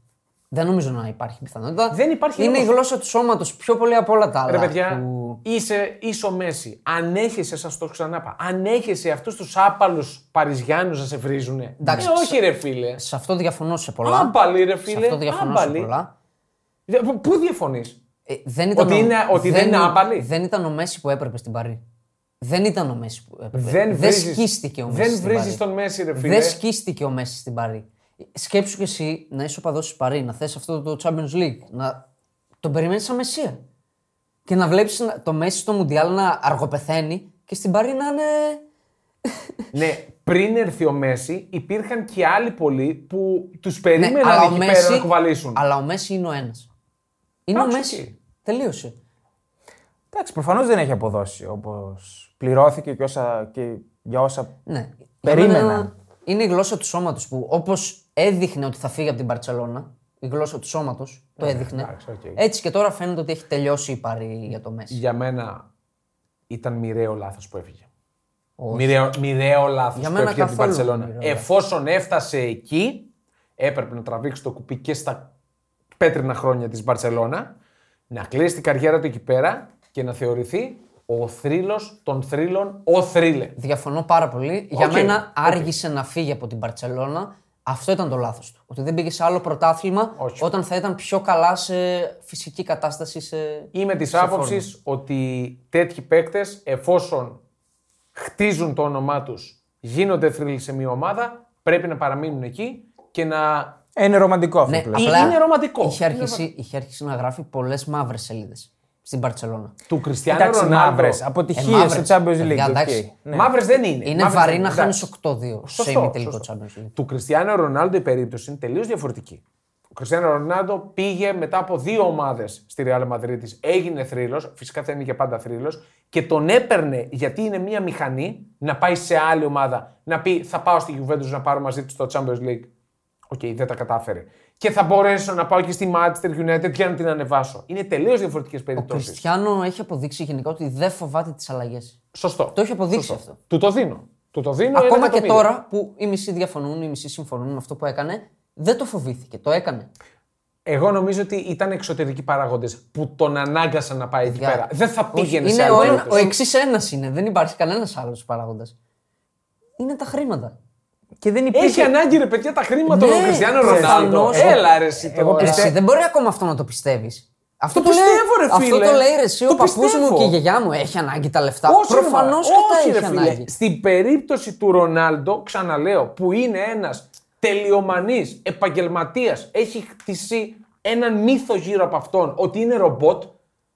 [SPEAKER 3] Δεν νομίζω να υπάρχει πιθανότητα.
[SPEAKER 2] Δεν υπάρχει
[SPEAKER 3] Είναι
[SPEAKER 2] όμως.
[SPEAKER 3] η γλώσσα του σώματος πιο πολύ από όλα τα άλλα.
[SPEAKER 2] Ρε παιδιά,
[SPEAKER 3] που-
[SPEAKER 2] είσαι ίσο Μέση. Ανέχεσαι, σας το ξανάπα. Ανέχεσαι αυτούς τους άπαλους Παριζιάνους να σε βρίζουνε.
[SPEAKER 3] Εντάξει,
[SPEAKER 2] ε, όχι, ρε φίλε.
[SPEAKER 3] Σε αυτό διαφωνώ σε πολλά.
[SPEAKER 2] Άμπαλοι, ρε
[SPEAKER 3] σε
[SPEAKER 2] φίλε.
[SPEAKER 3] αυτό διαφωνώ σε
[SPEAKER 2] άμπαλοι.
[SPEAKER 3] πολλά.
[SPEAKER 2] Δε- πού- Πού διαφωνείς.
[SPEAKER 3] Ε, δεν ήταν
[SPEAKER 2] Ότι είναι- ότι δεν είναι άμπαλοι.
[SPEAKER 3] Δεν ήταν ο Μέση που έπρεπε στην Παρή. Δεν ήταν ο Μέση που έπρεπε.
[SPEAKER 2] Δεν, βρίζεις-
[SPEAKER 3] σκίστηκε ο Μέση.
[SPEAKER 2] Δεν
[SPEAKER 3] στην
[SPEAKER 2] βρίζεις
[SPEAKER 3] Παρή.
[SPEAKER 2] τον Μέση, ρε φίλε.
[SPEAKER 3] Δεν σκίστηκε ο Μέση στην Παρή. Σκέψου κι εσύ να είσαι οπαδό της Παρή, να θες αυτό το Champions League. Να τον περιμένεις σαν μεσία. και να βλέπεις το Μέση στο Μουντιάλ να αργοπεθαίνει και στην Παρή να είναι.
[SPEAKER 2] Ναι, πριν έρθει ο Μέση, υπήρχαν και άλλοι πολλοί που τους
[SPEAKER 3] Ναι,
[SPEAKER 2] περίμεναν εκεί πέρα να κουβαλήσουν.
[SPEAKER 3] αλλά ο Μέση είναι ο ένας. Είναι
[SPEAKER 2] Εντάξει,
[SPEAKER 3] ο Μέση.
[SPEAKER 2] οκ.
[SPEAKER 3] Τελείωσε.
[SPEAKER 1] Εντάξει, προφανώς δεν έχει αποδώσει όπως πληρώθηκε και, όσα, και για όσα.
[SPEAKER 3] Ναι.
[SPEAKER 1] Περίμεναν.
[SPEAKER 3] Για μένα Είναι η γλώσσα του σώματος που όπως έδειχνε ότι θα φύγει από την Παρσελώνα, η γλώσσα του σώματος το έδειχνε.
[SPEAKER 2] Ναι, εντάξει, οκ.
[SPEAKER 3] Έτσι και τώρα φαίνεται ότι έχει τελειώσει η Παρή για το Μέση.
[SPEAKER 2] Για μένα ήταν μοιραίο λάθος που έφυγε.
[SPEAKER 3] Όχι.
[SPEAKER 2] Μοιραίο, μοιραίο λάθος
[SPEAKER 3] Για
[SPEAKER 2] που
[SPEAKER 3] μένα
[SPEAKER 2] έφυγε από την
[SPEAKER 3] καθόλου
[SPEAKER 2] Παρσελόνα.
[SPEAKER 3] μοιραίο
[SPEAKER 2] Εφόσον έφτασε εκεί, έπρεπε να τραβήξει το κουπί και στα πέτρινα χρόνια της Μπαρσελόνα, να κλείσει την καριέρα του εκεί πέρα και να θεωρηθεί ο θρύλος των θρύλων, ο θρύλε.
[SPEAKER 3] Διαφωνώ πάρα πολύ. Για
[SPEAKER 2] Οκ,
[SPEAKER 3] μένα
[SPEAKER 2] οκ.
[SPEAKER 3] άργησε να φύγει από την Παρσελώνα. Αυτό ήταν το λάθος του. Ότι δεν πήγε σε άλλο πρωτάθλημα
[SPEAKER 2] Όχι.
[SPEAKER 3] όταν θα ήταν πιο καλά σε φυσική κατάσταση. Σε...
[SPEAKER 2] Είμαι της άποψης ότι τέτοιοι παίκτες, εφόσον χτίζουν το όνομά τους, γίνονται θρύλοι σε μια ομάδα, πρέπει να παραμείνουν εκεί και να.
[SPEAKER 1] Ε, Είναι ρομαντικό αυτό
[SPEAKER 3] Ναι,
[SPEAKER 1] που λες.
[SPEAKER 3] απλά
[SPEAKER 2] είναι ρομαντικό.
[SPEAKER 3] Είχε
[SPEAKER 2] Είναι
[SPEAKER 3] αρχίσει, είχε αρχίσει να γράφει πολλές μαύρες σελίδες στην Παρσελώνα.
[SPEAKER 2] του Κριστιανού
[SPEAKER 1] Εντάξει,
[SPEAKER 2] Ρονάλντο.
[SPEAKER 1] μαύρες. Αποτυχίε
[SPEAKER 3] Ε, μαύρες.
[SPEAKER 1] στο Champions
[SPEAKER 3] Παιδιά,
[SPEAKER 1] League. οκ.
[SPEAKER 3] εντάξει.
[SPEAKER 1] Ναι.
[SPEAKER 2] Μαύρες δεν είναι.
[SPEAKER 3] Είναι
[SPEAKER 2] Ε, Μαύρες
[SPEAKER 3] βαρύ
[SPEAKER 2] δεν
[SPEAKER 3] να χάνεις
[SPEAKER 2] Εντάξει.
[SPEAKER 3] 8-2 σε
[SPEAKER 2] Σωστό,
[SPEAKER 3] ημιτελικό
[SPEAKER 2] σωστό.
[SPEAKER 3] Champions League.
[SPEAKER 2] Του Κριστιανού Ρονάλντο η περίπτωση είναι τελείως διαφορετική. Ο Κριστιανό Ρονάλντο πήγε μετά από δύο ομάδες στη Ρεάλ Μαδρίτη, έγινε θρύλος, φυσικά θα είναι και πάντα θρύλος, και τον έπαιρνε γιατί είναι μία μηχανή να πάει σε άλλη ομάδα. Να πει Θα πάω στη Juventus να πάρω μαζί του το Champions League. Οκ, δεν τα κατάφερε. Και θα μπορέσω να πάω και στη Manchester United για να την ανεβάσω. Είναι τελείως διαφορετικές
[SPEAKER 3] Ο
[SPEAKER 2] περιπτώσεις.
[SPEAKER 3] Κριστιανό έχει αποδείξει γενικά ότι δεν φοβάται τις αλλαγές.
[SPEAKER 2] Ε, Σωστό.
[SPEAKER 3] Το έχει αποδείξει αυτό.
[SPEAKER 2] Του το δίνω. Του το δίνω ένα
[SPEAKER 3] Ακόμα και
[SPEAKER 2] εκατομμύριο.
[SPEAKER 3] τώρα που οι μισοί διαφωνούν, οι μισοί συμφωνούν με αυτό που έκανε, δεν το φοβήθηκε. Το έκανε.
[SPEAKER 2] Εγώ νομίζω ότι ήταν εξωτερικοί παράγοντες που τον ανάγκασαν να πάει εκεί
[SPEAKER 3] Για-
[SPEAKER 2] πέρα. Δεν θα
[SPEAKER 3] Όχι,
[SPEAKER 2] πήγαινε σε
[SPEAKER 3] είναι
[SPEAKER 2] άλλο
[SPEAKER 3] ο, ένα,
[SPEAKER 2] περίπτωση.
[SPEAKER 3] ο εξής ένας είναι. Δεν υπάρχει κανένας άλλος παράγοντας. Είναι τα χρήματα.
[SPEAKER 1] Και δεν
[SPEAKER 2] Έχει
[SPEAKER 1] υπήρχε.
[SPEAKER 2] ανάγκη ρε παιδιά τα χρήματα
[SPEAKER 3] Ναι,
[SPEAKER 2] του Κριστιανό Ρονάλντο.
[SPEAKER 3] προφανώς.
[SPEAKER 2] Έλα ρε εσύ
[SPEAKER 1] Εγώ
[SPEAKER 2] τώρα.
[SPEAKER 1] πιστεύω-
[SPEAKER 3] Εσύ δεν μπορεί ακόμα αυτό να το πιστεύεις. Αυτό
[SPEAKER 2] Το πιστεύω,
[SPEAKER 3] λέει,
[SPEAKER 2] ρε
[SPEAKER 3] αυτό
[SPEAKER 2] φίλε.
[SPEAKER 3] το λέει ρε, εσύ,
[SPEAKER 2] Το
[SPEAKER 3] ο παππούς μου
[SPEAKER 2] πιστεύω.
[SPEAKER 3] και η γιαγιά μου. Έχει ανάγκη τα λεφτά.
[SPEAKER 2] Όχι, ρε,
[SPEAKER 3] Προφανώς και
[SPEAKER 2] μάνα.
[SPEAKER 3] τα
[SPEAKER 2] Όχι,
[SPEAKER 3] έχει
[SPEAKER 2] ρε, φίλε.
[SPEAKER 3] ανάγκη.
[SPEAKER 2] Στην περίπτωση του Ρονάλντο, ξαναλέω, που είναι ένας τελειομανής επαγγελματίας, έχει χτίσει έναν μύθο γύρω από αυτόν ότι είναι ρομπότ.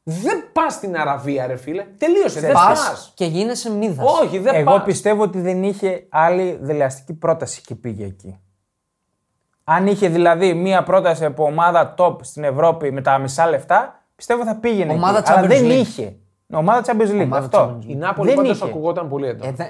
[SPEAKER 2] Δεν πας στην Αραβία, ρε φίλε. Τελείωσε. Δεν
[SPEAKER 3] Πας
[SPEAKER 2] πας.
[SPEAKER 3] και γίνεσαι μύδας.
[SPEAKER 2] Όχι, δεν
[SPEAKER 1] Εγώ
[SPEAKER 2] πας.
[SPEAKER 1] πιστεύω ότι δεν είχε άλλη δελεαστική πρόταση και πήγε εκεί. Αν είχε δηλαδή μία πρόταση από ομάδα top στην Ευρώπη με τα μισά λεφτά, πιστεύω θα πήγαινε.
[SPEAKER 3] Ομάδα
[SPEAKER 1] εκεί. Αλλά
[SPEAKER 3] Champions
[SPEAKER 1] δεν
[SPEAKER 3] League.
[SPEAKER 1] είχε. Ναι, Ομάδα Champions League.
[SPEAKER 3] Ομάδα
[SPEAKER 1] αυτό.
[SPEAKER 3] Champions League.
[SPEAKER 2] Η Νάπολη
[SPEAKER 1] Δεν
[SPEAKER 2] πάντως
[SPEAKER 1] είχε.
[SPEAKER 2] ακουγόταν πολύ έντονα.
[SPEAKER 3] Ε, δε...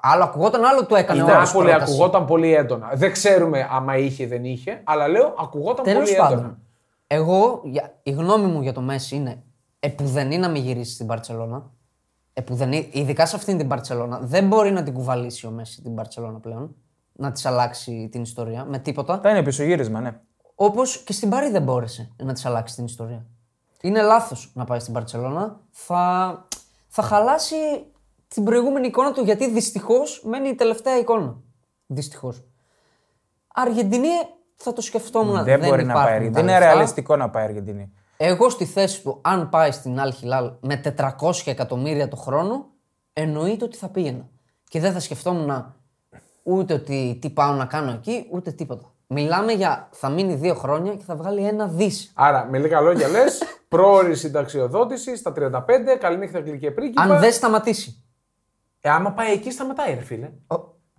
[SPEAKER 3] Άλλο ακουγόταν, άλλο του έκανε
[SPEAKER 2] Η
[SPEAKER 3] όλος
[SPEAKER 2] Νάπολη
[SPEAKER 3] πρόταση.
[SPEAKER 2] ακουγόταν πολύ έντονα. Δεν ξέρουμε άμα είχε ή δεν είχε, αλλά λέω ακουγόταν
[SPEAKER 3] Τέλος
[SPEAKER 2] πολύ έντονα.
[SPEAKER 3] πάντων, εγώ, για- η γνώμη μου για το Μέση είναι επουδενή να μην γυρίσει στην Παρσελώνα. Επουδενή, ειδικά σε αυτήν την Παρσελώνα. Δεν μπορεί να την κουβαλήσει ο Μέση την Παρσελώνα πλέον. Να της αλλάξει την ιστορία με τίποτα.
[SPEAKER 1] Θα είναι πισωγύρισμα, ναι.
[SPEAKER 3] Όπως και στην Παρή δεν μπόρεσε να της αλλάξει την ιστορία. Είναι λάθος να πάει στην Παρσελώνα. Θα, θα χαλάσει την προηγούμενη εικόνα του γιατί δυστυχώς μένει η τελευταία εικόνα. Δυστυχώς. Αργεντινή θα το σκεφτόμουν.
[SPEAKER 1] δεν, μπορεί να πάει.
[SPEAKER 3] υπάρχουν
[SPEAKER 1] Αργεντινή.
[SPEAKER 3] τα
[SPEAKER 1] Δεν είναι
[SPEAKER 3] λεφτά.
[SPEAKER 1] ρεαλιστικό να πάει Αργεντινή.
[SPEAKER 3] Εγώ στη θέση του, αν πάει στην Al Hilal με 400 εκατομμύρια το χρόνο, εννοείται ότι θα πήγαινα. Και δεν θα σκεφτόμουν ούτε ότι τι πάω να κάνω εκεί, ούτε τίποτα. Μιλάμε για θα μείνει δύο χρόνια και θα βγάλει ένα δις.
[SPEAKER 2] Άρα, με λίγα λόγια λες,
[SPEAKER 3] (laughs)
[SPEAKER 2] πρόορη συνταξιοδότηση στα 35, καληνύχτα γλυκέ πρίγκιπα.
[SPEAKER 3] Αν δεν σταματήσει.
[SPEAKER 2] Ε, άμα πάει εκεί, σταματάει, ρε φίλε.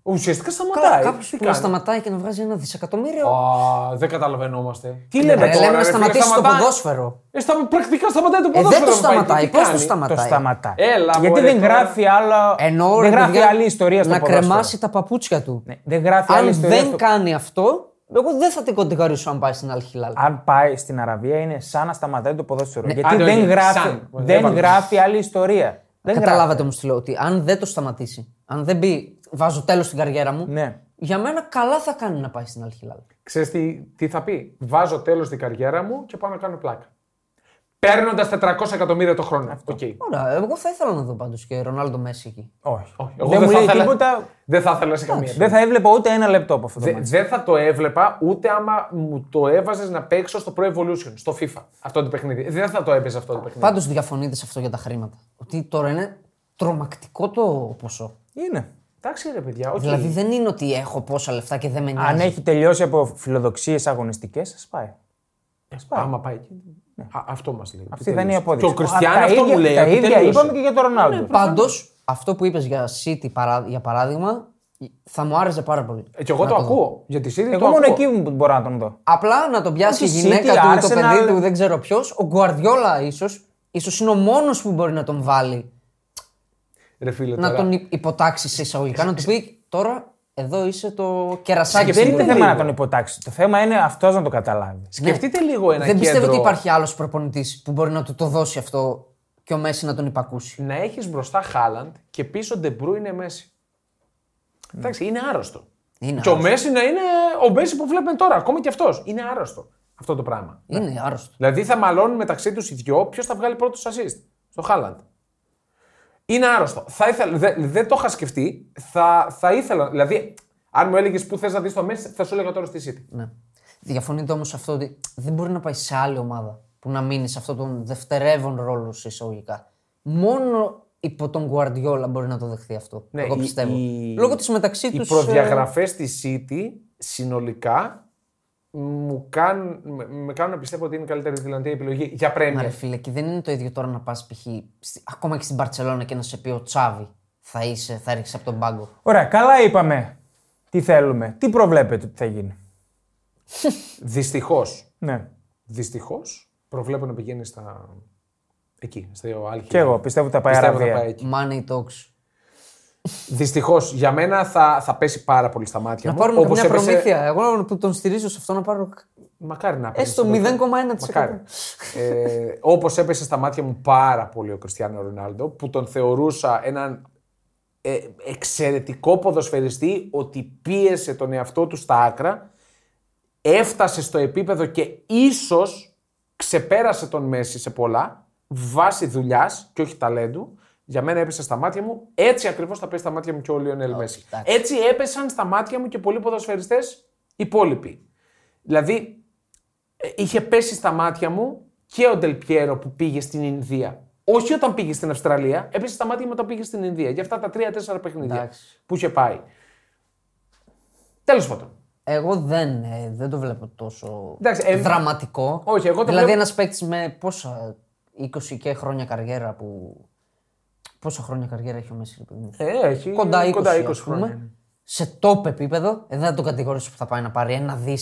[SPEAKER 2] Ουσιαστικά σταματάει.
[SPEAKER 3] Κάποιος
[SPEAKER 2] Τι
[SPEAKER 3] που να
[SPEAKER 2] κάνει?
[SPEAKER 3] σταματάει και να βγάζει ένα δισεκατομμύριο.
[SPEAKER 2] Α, δεν καταλαβαίνόμαστε. Τι
[SPEAKER 3] Ναι, Ρε,
[SPEAKER 2] λέμε τώρα,
[SPEAKER 3] λέμε
[SPEAKER 2] ρε
[SPEAKER 3] να
[SPEAKER 2] φίλε,
[SPEAKER 3] σταματήσει το
[SPEAKER 2] σταματά-
[SPEAKER 3] ποδόσφαιρο.
[SPEAKER 2] Ε, στα- πρακτικά σταματάει το
[SPEAKER 3] Ε,
[SPEAKER 2] ποδόσφαιρο.
[SPEAKER 3] δεν το
[SPEAKER 2] άμα πάει εκεί,
[SPEAKER 3] σταματάει.
[SPEAKER 2] τι
[SPEAKER 3] Πώς το
[SPEAKER 2] κάνει?
[SPEAKER 1] Το
[SPEAKER 3] σταματάει.
[SPEAKER 1] σταματά.
[SPEAKER 2] Έλα,
[SPEAKER 1] Γιατί
[SPEAKER 2] μωρέ,
[SPEAKER 1] δεν
[SPEAKER 2] τώρα.
[SPEAKER 1] γράφει άλλο.
[SPEAKER 3] Ενώ,
[SPEAKER 1] δεν
[SPEAKER 3] ρε,
[SPEAKER 1] γράφει
[SPEAKER 3] παιδιά,
[SPEAKER 1] άλλη ιστορία στο
[SPEAKER 3] Να
[SPEAKER 1] ποδόσφαιρο.
[SPEAKER 3] κρεμάσει τα παπούτσια του.
[SPEAKER 1] Ναι, δεν γράφει άλλη
[SPEAKER 3] Αν
[SPEAKER 1] ιστορία.
[SPEAKER 3] δεν
[SPEAKER 1] στο-
[SPEAKER 3] κάνει αυτό, εγώ δεν θα την κοντιγαρίσω αν πάει στην Al Hilal.
[SPEAKER 1] Αν πάει στην Αραβία είναι σαν να σταματάει το ποδόσφαιρο. Γιατί
[SPEAKER 2] άντε,
[SPEAKER 1] δεν,
[SPEAKER 2] όχι,
[SPEAKER 1] γράφει,
[SPEAKER 2] σαν.
[SPEAKER 1] δεν
[SPEAKER 2] Έβαλες.
[SPEAKER 1] γράφει άλλη ιστορία. Δεν
[SPEAKER 3] Καταλάβατε όμως τι λέω. Ότι αν δεν το σταματήσει, αν δεν μπει, βάζω τέλος στην καριέρα μου.
[SPEAKER 1] Ναι.
[SPEAKER 3] Για μένα καλά θα κάνει να πάει στην Αλχιλάλ.
[SPEAKER 2] Ξέρεις τι, τι θα πει. Βάζω τέλος στην καριέρα μου και πάω να κάνω πλάκα. Παίρνοντας 400 εκατομμύρια το χρόνο. Οκ.
[SPEAKER 3] Ωραία, εγώ θα ήθελα να δω πάντως και Ρονάλντο Μέση εκεί.
[SPEAKER 1] Όχι.
[SPEAKER 2] Όχι, εγώ
[SPEAKER 1] δεν μου λέει
[SPEAKER 2] ήθελα-
[SPEAKER 1] τίποτα.
[SPEAKER 2] Δεν θα ήθελα σε καμία.
[SPEAKER 1] Δεν θα έβλεπα ούτε ένα λεπτό από αυτό το
[SPEAKER 2] Δε-
[SPEAKER 1] μάτι.
[SPEAKER 2] δεν θα το έβλεπα ούτε άμα μου το έβαζες να παίξω στο Pro Evolution, στο FIFA. Αυτό το παιχνίδι. Δεν θα το έπαιζε αυτό το παιχνίδι.
[SPEAKER 3] Πάντως διαφωνείτε σε αυτό για τα χρήματα. Ότι τώρα είναι τρομακτικό το ποσό.
[SPEAKER 1] Είναι.
[SPEAKER 2] Εντάξει ρε παιδιά, όχι.
[SPEAKER 1] Ε.
[SPEAKER 3] Δηλαδή δεν είναι ότι έχω πόσα λεφτά και
[SPEAKER 2] ναι.
[SPEAKER 1] ναι.
[SPEAKER 3] δεν με νοιάζει.
[SPEAKER 1] Αν έχει τελειώσει από φιλοδοξίες αγωνιστικές, σα πάει.
[SPEAKER 2] Άμα πάει εκεί. Α, αυτό μας λέει.
[SPEAKER 1] Ναι. Αυτή δεν είναι η απόδειξη.
[SPEAKER 2] Και ο Κριστιανό
[SPEAKER 1] Α, τα
[SPEAKER 2] αυτό
[SPEAKER 1] ίδια-
[SPEAKER 2] μου λέει.
[SPEAKER 1] Τα
[SPEAKER 2] ότι
[SPEAKER 1] ίδια
[SPEAKER 2] τελείωσε. Ναι,
[SPEAKER 1] είπαμε και για τον Ρονάλντο.
[SPEAKER 3] Πάντως, αυτό που είπες για City παρά- για παράδειγμα, θα μου άρεσε πάρα πολύ.
[SPEAKER 2] Ε, Και εγώ
[SPEAKER 3] Να
[SPEAKER 2] το
[SPEAKER 3] δω.
[SPEAKER 2] ακούω. Γιατί εσύ
[SPEAKER 1] Εγώ μόνο εκεί μου μπορώ να τον δω.
[SPEAKER 3] Απλά να τον πιάσει η
[SPEAKER 1] Όχι
[SPEAKER 3] γυναίκα
[SPEAKER 1] City,
[SPEAKER 3] του ή το
[SPEAKER 1] Arsenal.
[SPEAKER 3] παιδί του, δεν ξέρω ποιος. Ο Γκουαρδιόλα ίσως. Ίσως είναι ο μόνος που μπορεί να τον βάλει.
[SPEAKER 2] Ρε φίλε,
[SPEAKER 3] Να
[SPEAKER 2] τώρα.
[SPEAKER 3] τον υ- υποτάξεις σε εισαγωγικά. Να του πει τώρα εδώ είσαι το κερασάκι.
[SPEAKER 1] Δεν
[SPEAKER 3] στην
[SPEAKER 1] είναι
[SPEAKER 3] τούρτα».
[SPEAKER 1] θέμα να τον υποτάξεις. Το θέμα είναι αυτός να το καταλάβει.
[SPEAKER 2] Σκεφτείτε λίγο ένα
[SPEAKER 3] Ναι. Δεν πιστεύω
[SPEAKER 2] κέντρο.
[SPEAKER 3] ότι υπάρχει άλλος προπονητής που μπορεί να του το δώσει αυτό και ο Μέση να τον υπακούσει.
[SPEAKER 2] Να έχεις μπροστά Χάλαντ και πίσω Ντεμπρού είναι Μέση.
[SPEAKER 1] Ναι.
[SPEAKER 2] Εντάξει, είναι άρρωστο.
[SPEAKER 3] Είναι
[SPEAKER 2] και ο
[SPEAKER 3] άρρωστο.
[SPEAKER 2] Μέση να είναι ο Μέση που βλέπουμε τώρα. Ακόμη και αυτός. Είναι άρρωστο αυτό το πράγμα.
[SPEAKER 3] Είναι άρρωστο.
[SPEAKER 2] Δηλαδή θα μαλώνουν μεταξύ τους οι δυο ποιος θα βγάλει πρώτος assist στο Χάλαντ. Είναι άρρωστο. Θα ήθελα, δε- δεν το είχα σκεφτεί. Θα, θα ήθελα. Δηλαδή, αν μου έλεγες που θες να δεις το Μέση, θα σου έλεγα τώρα στη City.
[SPEAKER 3] Ναι. Διαφωνείτε όμως αυτό ότι δεν μπορεί να πάει σε άλλη ομάδα που να μείνει σε αυτόν τον δευτερεύον ρόλο σε εισαγωγικά. Μόνο υπό τον Γκουαρδιόλα μπορεί να το δεχθεί αυτό.
[SPEAKER 2] Ναι,
[SPEAKER 3] εγώ
[SPEAKER 2] η-
[SPEAKER 3] πιστεύω.
[SPEAKER 2] η-
[SPEAKER 3] Λόγω της μεταξύ ε, του.
[SPEAKER 2] Οι προδιαγραφές της City συνολικά μου κάνουν, με, με κάνουν να πιστεύω ότι είναι η καλύτερη δυνατή επιλογή για
[SPEAKER 3] Μα ρε
[SPEAKER 2] Premier.
[SPEAKER 3] φίλε, και δεν είναι το ίδιο τώρα να πας π.χ. στη- ακόμα και στην Παρσελόνα και να σε πει ο Τσάβη θα είσαι, θα ρίξεις από τον πάγκο.
[SPEAKER 1] Ωραία, καλά είπαμε τι θέλουμε. Τι προβλέπετε ότι θα γίνει.
[SPEAKER 2] Δυστυχώς.
[SPEAKER 1] Ναι.
[SPEAKER 2] Δυστυχώς προβλέπω να πηγαίνεις στα. εκεί, στο Άλχη.
[SPEAKER 1] Και εγώ πιστεύω ότι θα πάει
[SPEAKER 2] Πιστεύω να
[SPEAKER 1] Αραβία.
[SPEAKER 2] πάει εκεί.
[SPEAKER 3] Money talks.
[SPEAKER 2] Δυστυχώς για μένα θα, θα πέσει πάρα πολύ στα μάτια
[SPEAKER 3] Να
[SPEAKER 2] μου.
[SPEAKER 3] πάρουμε
[SPEAKER 2] όπως
[SPEAKER 3] μια
[SPEAKER 2] έπεσε-
[SPEAKER 3] προμήθεια. Εγώ που τον στηρίζω σε αυτό να πάρω
[SPEAKER 2] Μακάρι να πέσει.
[SPEAKER 3] έστω 0,1%.
[SPEAKER 2] Μακάρι. ε, Όπως έπεσε στα μάτια μου πάρα πολύ ο Κριστιανό Ρονάλντο, που τον θεωρούσα έναν ε, εξαιρετικό ποδοσφαιριστή, ότι πίεσε τον εαυτό του στα άκρα, έφτασε στο επίπεδο και ίσως ξεπέρασε τον Μέση σε πολλά, βάσει δουλειάς και όχι ταλέντου. Για μένα έπεσε στα μάτια μου. Έτσι ακριβώς θα πέσει στα μάτια μου και ο Λιονέλ Μέση.
[SPEAKER 3] εντάξει.
[SPEAKER 2] Έτσι έπεσαν στα μάτια μου και πολλοί ποδοσφαιριστές υπόλοιποι. Δηλαδή, είχε πέσει στα μάτια μου και ο Ντελπιέρο που πήγε στην Ινδία. Όχι όταν πήγε στην Αυστραλία, έπεσε στα μάτια μου όταν πήγε στην Ινδία. Για αυτά τα τρία-τέσσερα παιχνίδια
[SPEAKER 3] Εντάξει.
[SPEAKER 2] που είχε πάει. Τέλος πάντων.
[SPEAKER 3] Εγώ δεν, ε, δεν το βλέπω τόσο
[SPEAKER 2] Εντάξει, ε,
[SPEAKER 3] δραματικό.
[SPEAKER 2] όχι, εγώ το
[SPEAKER 3] δηλαδή
[SPEAKER 2] βλέπω-
[SPEAKER 3] ένας παίκτης με πόσα 20 και χρόνια καριέρα που. Πόσα χρόνια καριέρα έχει ο Μέση, ρε παιδί μου.
[SPEAKER 2] Ε, έχει
[SPEAKER 3] Κοντά 20,
[SPEAKER 2] κοντά 20
[SPEAKER 3] ας πούμε.
[SPEAKER 2] χρόνια. ναι.
[SPEAKER 3] Σε top επίπεδο, ε, δεν θα το κατηγορήσω που θα πάει να πάρει ένα δις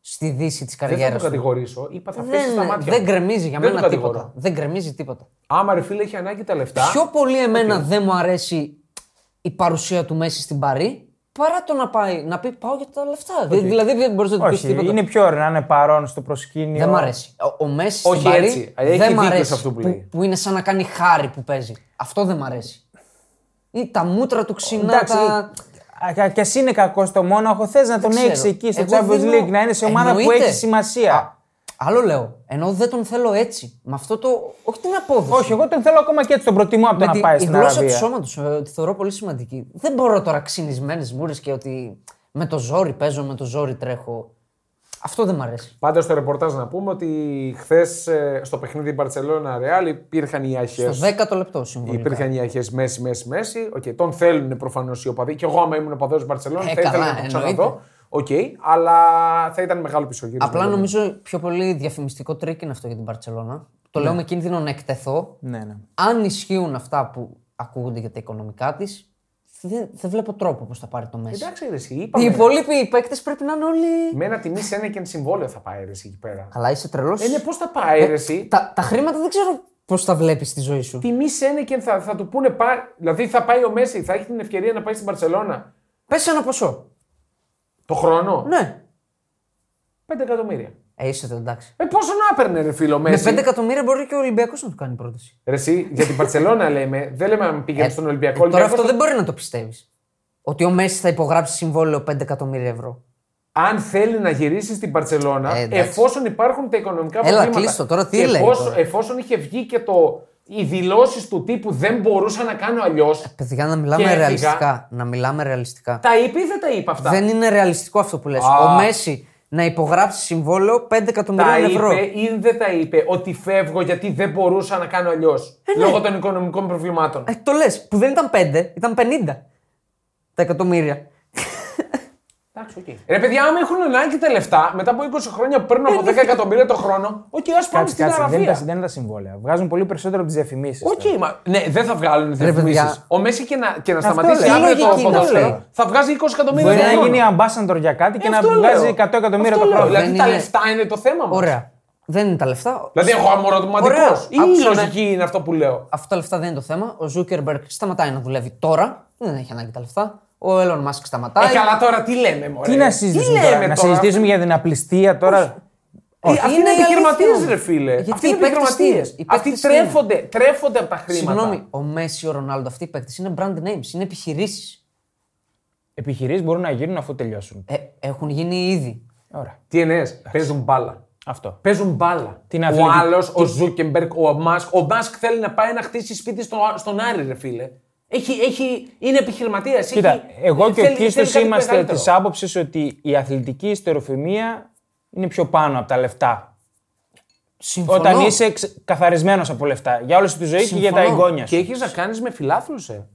[SPEAKER 3] στη δύση της
[SPEAKER 2] Δεν θα το
[SPEAKER 3] καριέρας του.
[SPEAKER 2] κατηγορήσω. Είπα θα πέσει στα
[SPEAKER 3] Δεν,
[SPEAKER 2] μάτια.
[SPEAKER 3] δεν
[SPEAKER 2] μου.
[SPEAKER 3] γκρεμίζει για
[SPEAKER 2] Δεν το
[SPEAKER 3] μένα
[SPEAKER 2] κατηγορώ.
[SPEAKER 3] τίποτα. Δεν γκρεμίζει τίποτα.
[SPEAKER 2] Άμα ρε φίλε έχει ανάγκη τα λεφτά.
[SPEAKER 3] Πιο πολύ εμένα δεν μου αρέσει η παρουσία του Μέση στην Παρή παρά το να πάει να πει πάω για τα λεφτά. Δη- Δηλαδή δεν μπορείς να του πεις
[SPEAKER 1] Όχι,
[SPEAKER 3] τίποτα.
[SPEAKER 1] είναι πιο ωραίο να είναι παρόν στο προσκήνιο.
[SPEAKER 3] Δεν μ' αρέσει. Ο- Ο Μέση
[SPEAKER 2] Όχι
[SPEAKER 3] στην Παρή
[SPEAKER 2] έτσι. Έχει
[SPEAKER 3] δεν μ'
[SPEAKER 2] δίκιο
[SPEAKER 3] αρέσει
[SPEAKER 2] σε αυτό που λέει.
[SPEAKER 3] είναι σαν να κάνει χάρη που παίζει. Αυτό δεν μ' αρέσει. Ή τα μούτρα του ξινά.
[SPEAKER 1] Εντάξει.
[SPEAKER 3] τα...
[SPEAKER 1] Κι ας είναι κακό το Μόναχο, θες να τον
[SPEAKER 3] ξέρω.
[SPEAKER 1] έχει εκεί στο
[SPEAKER 3] Εγώ
[SPEAKER 1] Champions
[SPEAKER 3] δίνω-
[SPEAKER 1] League, να είναι σε ομάδα που
[SPEAKER 3] Εννοείται.
[SPEAKER 1] έχει σημασία.
[SPEAKER 3] Α, άλλο λέω. Ενώ δεν τον θέλω έτσι. Με αυτό το. Όχι την απόδοση.
[SPEAKER 1] Όχι, εγώ τον θέλω ακόμα και έτσι, τον προτιμώ από το
[SPEAKER 3] Με
[SPEAKER 1] να
[SPEAKER 3] τη-
[SPEAKER 1] πάει
[SPEAKER 3] η
[SPEAKER 1] στην
[SPEAKER 3] γλώσσα του
[SPEAKER 1] Αραβία.
[SPEAKER 3] σώματο τη θεωρώ πολύ σημαντική. Δεν μπορώ τώρα ξυνισμένες μούρες και ότι με το ζόρι παίζω, με το ζόρι τρέχω. Αυτό δεν μ' αρέσει.
[SPEAKER 2] Πάντα στο ρεπορτάζ να πούμε ότι χθες στο παιχνίδι Μπαρσελόνα Ρεάλ υπήρχαν οι αρχέ.
[SPEAKER 3] Το 10ο λεπτό συμβολικά.
[SPEAKER 2] Υπήρχαν οι αρχέ μέση, μέση, μέση. Okay, τον θέλουν προφανώς οι οπαδοί. Και εγώ, άμα ήμουν οπαδός Μπαρσελόνα,
[SPEAKER 3] Ε,
[SPEAKER 2] θα ήθελα
[SPEAKER 3] καλά,
[SPEAKER 2] να τον
[SPEAKER 3] εννοείται.
[SPEAKER 2] ξαναδώ. Οκ, αλλά θα ήταν μεγάλο πισωγύρισμα.
[SPEAKER 3] Απλά νομίζω πιο πολύ διαφημιστικό τρίκ είναι αυτό για την Παρσελώνα. Το λέω με κίνδυνο να εκτεθώ.
[SPEAKER 1] Ναι, ναι.
[SPEAKER 3] Αν ισχύουν αυτά που ακούγονται για τα οικονομικά της, δεν, δεν βλέπω τρόπο πώς θα πάρει το μέση.
[SPEAKER 2] Εντάξει, ρε, εσύ,
[SPEAKER 3] Οι
[SPEAKER 2] είπαμε.
[SPEAKER 3] υπόλοιποι παίκτες πρέπει να είναι όλοι.
[SPEAKER 2] Με ένα τιμή σε ένα και ένα συμβόλαιο θα πάει ρε, εσύ, εκεί πέρα.
[SPEAKER 3] Καλά, είσαι τρελός.
[SPEAKER 2] Ε, ναι, πώς θα πάει ρε, εσύ.
[SPEAKER 3] τα, τα χρήματα δεν ξέρω πώς τα βλέπει στη ζωή σου.
[SPEAKER 2] Τιμή σε ένα και θα, θα του πούνε πά... Δηλαδή θα πάει ο Μέση, θα έχει την ευκαιρία να πάει στην Μπαρσελόνα
[SPEAKER 3] Πες ένα ποσό.
[SPEAKER 2] το χρόνο.
[SPEAKER 3] Ναι.
[SPEAKER 2] 5 εκατομμύρια.
[SPEAKER 3] Ε, είσαι το εντάξει.
[SPEAKER 2] Ε, πόσο να έπαιρνε, ρε φίλο, ο
[SPEAKER 3] Με
[SPEAKER 2] Μέση.
[SPEAKER 3] 5 εκατομμύρια μπορεί και ο Ολυμπιακός να του κάνει πρόταση.
[SPEAKER 2] Ρε, εσύ, για την Μπαρσελόνα λέμε, δεν λέμε αν πήγαινε
[SPEAKER 3] Ε,
[SPEAKER 2] στον Ολυμπιακό.
[SPEAKER 3] Τώρα
[SPEAKER 2] Ολυμπιακός
[SPEAKER 3] αυτό δεν μπορεί να το πιστεύεις. Ότι ο Μέση θα υπογράψει συμβόλαιο 5 εκατομμύρια ευρώ.
[SPEAKER 2] αν θέλει να γυρίσει στην Παρσελώνα,
[SPEAKER 3] Ε, εντάξει.
[SPEAKER 2] εφόσον υπάρχουν τα οικονομικά
[SPEAKER 3] Έλα,
[SPEAKER 2] προβλήματα.
[SPEAKER 3] κλείστο, τώρα τι
[SPEAKER 2] και
[SPEAKER 3] λέει
[SPEAKER 2] εφόσον,
[SPEAKER 3] τώρα.
[SPEAKER 2] εφόσον είχε βγει και το, οι δηλώσεις του τύπου δεν μπορούσα να κάνω αλλιώς.
[SPEAKER 3] Παιδιά, να μιλάμε
[SPEAKER 2] Και έφυγα.
[SPEAKER 3] ρεαλιστικά. Να μιλάμε ρεαλιστικά.
[SPEAKER 2] Τα είπε ή δεν τα είπε αυτά.
[SPEAKER 3] Δεν είναι ρεαλιστικό αυτό που λες.
[SPEAKER 2] Α.
[SPEAKER 3] Ο Μέση να υπογράψει συμβόλαιο 5
[SPEAKER 2] τα
[SPEAKER 3] εκατομμυρίων ευρώ.
[SPEAKER 2] είπε ή δεν τα είπε ότι φεύγω γιατί δεν μπορούσα να κάνω αλλιώς.
[SPEAKER 3] ναι.
[SPEAKER 2] Λόγω των οικονομικών προβλημάτων.
[SPEAKER 3] Ε, το λες. Που δεν ήταν 5, ήταν 50 τα εκατομμύρια. Εντάξει, οκ.
[SPEAKER 2] Ρε παιδιά, άμα έχουν ανάγκη τα λεφτά, μετά από 20 χρόνια που
[SPEAKER 3] Ε,
[SPEAKER 2] παίρνουν από
[SPEAKER 3] ναι,
[SPEAKER 2] 10 εκατομμύρια το χρόνο, οκ, ας πάμε
[SPEAKER 1] Κάτσε, κάτσε.
[SPEAKER 2] στην
[SPEAKER 1] Δεν,
[SPEAKER 2] αραβία.
[SPEAKER 1] ήταν- δεν είναι τα συμβόλαια. Βγάζουν πολύ περισσότερο από τις διαφημίσεις.
[SPEAKER 2] Οκ, μα ναι, δεν θα βγάλουν διαφημίσει.
[SPEAKER 3] παιδιά.
[SPEAKER 2] Ο Μέση και να, και να
[SPEAKER 1] Αυτό
[SPEAKER 2] σταματήσει
[SPEAKER 1] λέω.
[SPEAKER 2] αύριο το
[SPEAKER 3] Λογική είναι
[SPEAKER 2] ποδόσφαιρο,
[SPEAKER 1] αυτό.
[SPEAKER 2] θα βγάζει 20 εκατομμύρια
[SPEAKER 1] Μπορεί
[SPEAKER 2] το
[SPEAKER 1] να
[SPEAKER 2] χρόνο.
[SPEAKER 1] γίνει ambassador για κάτι και
[SPEAKER 2] Ε,
[SPEAKER 1] να
[SPEAKER 2] αυτό
[SPEAKER 1] βγάζει
[SPEAKER 2] λέω.
[SPEAKER 1] 100 εκατομμύρια
[SPEAKER 2] Αυτό
[SPEAKER 1] το
[SPEAKER 2] λέω.
[SPEAKER 1] χρόνο.
[SPEAKER 2] Δηλαδή
[SPEAKER 3] Δεν
[SPEAKER 2] τα
[SPEAKER 3] είναι-
[SPEAKER 2] λεφτά είναι το θέμα μας.
[SPEAKER 3] Ωραία. Δεν είναι τα λεφτά.
[SPEAKER 2] Δηλαδή, εγώ
[SPEAKER 3] Ωραία.
[SPEAKER 2] αμορφωματικό. Ή η
[SPEAKER 3] Άκουσα, ναι.
[SPEAKER 2] λογική είναι αυτό που λέω.
[SPEAKER 3] Αυτά τα λεφτά δεν είναι το θέμα. Ο Ζούκερμπεργκ σταματάει να δουλεύει τώρα. Δεν έχει ανάγκη τα λεφτά. Ο Έλλον Μάσκ σταματάει.
[SPEAKER 2] Ε, καλά τώρα τι λέμε, μωρέ.
[SPEAKER 3] ε,
[SPEAKER 1] Τι να συζητήσουμε
[SPEAKER 2] λέμε
[SPEAKER 1] τώρα, να συζητήσουμε για την απληστία τώρα.
[SPEAKER 2] Ε, Αυτοί είναι
[SPEAKER 3] είναι η
[SPEAKER 2] επιχειρηματίες,
[SPEAKER 3] αλήθεια.
[SPEAKER 2] ρε φίλε.
[SPEAKER 3] Γιατί
[SPEAKER 2] Αυτοί είναι
[SPEAKER 3] οι παίκτες
[SPEAKER 2] επιχειρηματίες.
[SPEAKER 3] είναι. Οι
[SPEAKER 2] Αυτοί
[SPEAKER 3] παίκτες είναι.
[SPEAKER 2] τρέφονται, τρέφονται από τα χρήματα.
[SPEAKER 3] Συγγνώμη, ο Μέση, ο Ρονάλντο, αυτοί οι παίκτες είναι brand names, είναι επιχειρήσεις.
[SPEAKER 1] Επιχειρήσεις μπορούν να γίνουν αφού τελειώσουν.
[SPEAKER 3] Ε, έχουν γίνει ήδη.
[SPEAKER 1] Ωραία.
[SPEAKER 2] Τι εννοείς, παίζουν μπάλα.
[SPEAKER 1] Αυτό.
[SPEAKER 2] Παίζουν μπάλα.
[SPEAKER 1] Την
[SPEAKER 2] ο
[SPEAKER 1] αθλητική-
[SPEAKER 2] άλλος, ο Ζούκεμπερκ, ο Μάσκ. Ο Μάσκ θέλει να πάει να χτίσει σπίτι στον, στον Άρη, ρε φίλε. Έχει, έχει, είναι επιχειρηματίας.
[SPEAKER 1] Κοίτα, εγώ και ο Κίστο είμαστε τη
[SPEAKER 2] της
[SPEAKER 1] άποψης ότι η αθλητική ιστεροφημία είναι πιο πάνω από τα λεφτά.
[SPEAKER 3] Συμφωνώ.
[SPEAKER 1] Όταν είσαι καθαρισμένος από λεφτά. Για όλη σου τη ζωή και για τα
[SPEAKER 3] Συμφωνώ.
[SPEAKER 1] εγγόνια σου.
[SPEAKER 2] Και έχεις να κάνεις με φιλάθλους, ε.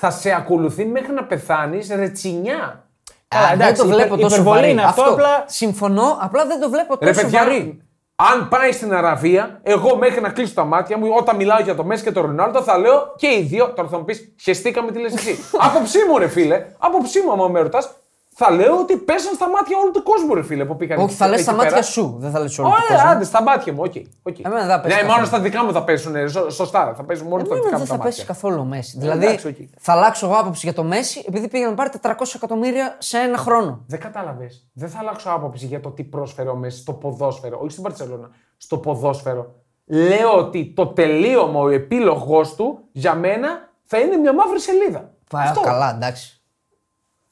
[SPEAKER 2] Θα σε ακολουθεί μέχρι να πεθάνεις ρετσινιά.
[SPEAKER 3] Καλά,
[SPEAKER 1] Α,
[SPEAKER 3] δεν
[SPEAKER 1] εντάξει,
[SPEAKER 3] το βλέπω
[SPEAKER 1] υπε-
[SPEAKER 3] τόσο
[SPEAKER 1] υπερβολή
[SPEAKER 3] βαρύ.
[SPEAKER 1] είναι αυτό, απλά-
[SPEAKER 3] Συμφωνώ, απλά δεν το βλέπω
[SPEAKER 2] Ρε
[SPEAKER 3] τόσο
[SPEAKER 2] παιδιά,
[SPEAKER 3] βαρύ.
[SPEAKER 2] αν πάει στην Αραβία, εγώ μέχρι να κλείσω τα μάτια μου, όταν μιλάω για το Μέση και το Ρονάλντο, θα λέω και οι δύο. Τώρα θα μου πεις, χεστήκαμε τι λες
[SPEAKER 3] (laughs)
[SPEAKER 2] εσύ. Άποψή μου, ρε φίλε, άποψή μου, άμα με ρωτάς, θα λέω ότι πέσαν στα μάτια όλου του κόσμου, ρε φίλε, που πήγαν
[SPEAKER 3] Όχι, θα
[SPEAKER 2] εκεί
[SPEAKER 3] λες στα
[SPEAKER 2] πέρα.
[SPEAKER 3] μάτια σου, δεν θα λες όλο τον
[SPEAKER 2] Ωραία,
[SPEAKER 3] κόσμο. Ε,
[SPEAKER 2] άντε, στα μάτια μου, οκ. οκ.
[SPEAKER 3] Εμένα δεν θα πέσει
[SPEAKER 2] Ναι, μόνο
[SPEAKER 3] καθόλου. Ε,
[SPEAKER 2] στα δικά μου θα πέσουν. ε, σω- Σωστά, θα πέσουν μόνο στα
[SPEAKER 3] Εμένα
[SPEAKER 2] δικά μου τα
[SPEAKER 3] δεν θα πέσει
[SPEAKER 2] μάτια. Ε,
[SPEAKER 3] καθόλου ο Μέση.
[SPEAKER 2] εντάξει, οκ.
[SPEAKER 3] Δηλαδή, θα αλλάξω εγώ άποψη για το Μέση επειδή πήγα να πάρει 400 εκατομμύρια σε ένα χρόνο.
[SPEAKER 2] Δεν κατάλαβες. Δεν θα αλλάξω άποψη για το τι πρόσφερε ο Μέσης στο ποδόσφαιρο. Όχι στην Παρσελόνα. Στο ποδόσφαιρο. Λέω ότι το τελείωμα, ο επίλογο του για μένα θα είναι μια μαύρη σελίδα.
[SPEAKER 3] Πα, καλά, εντάξει.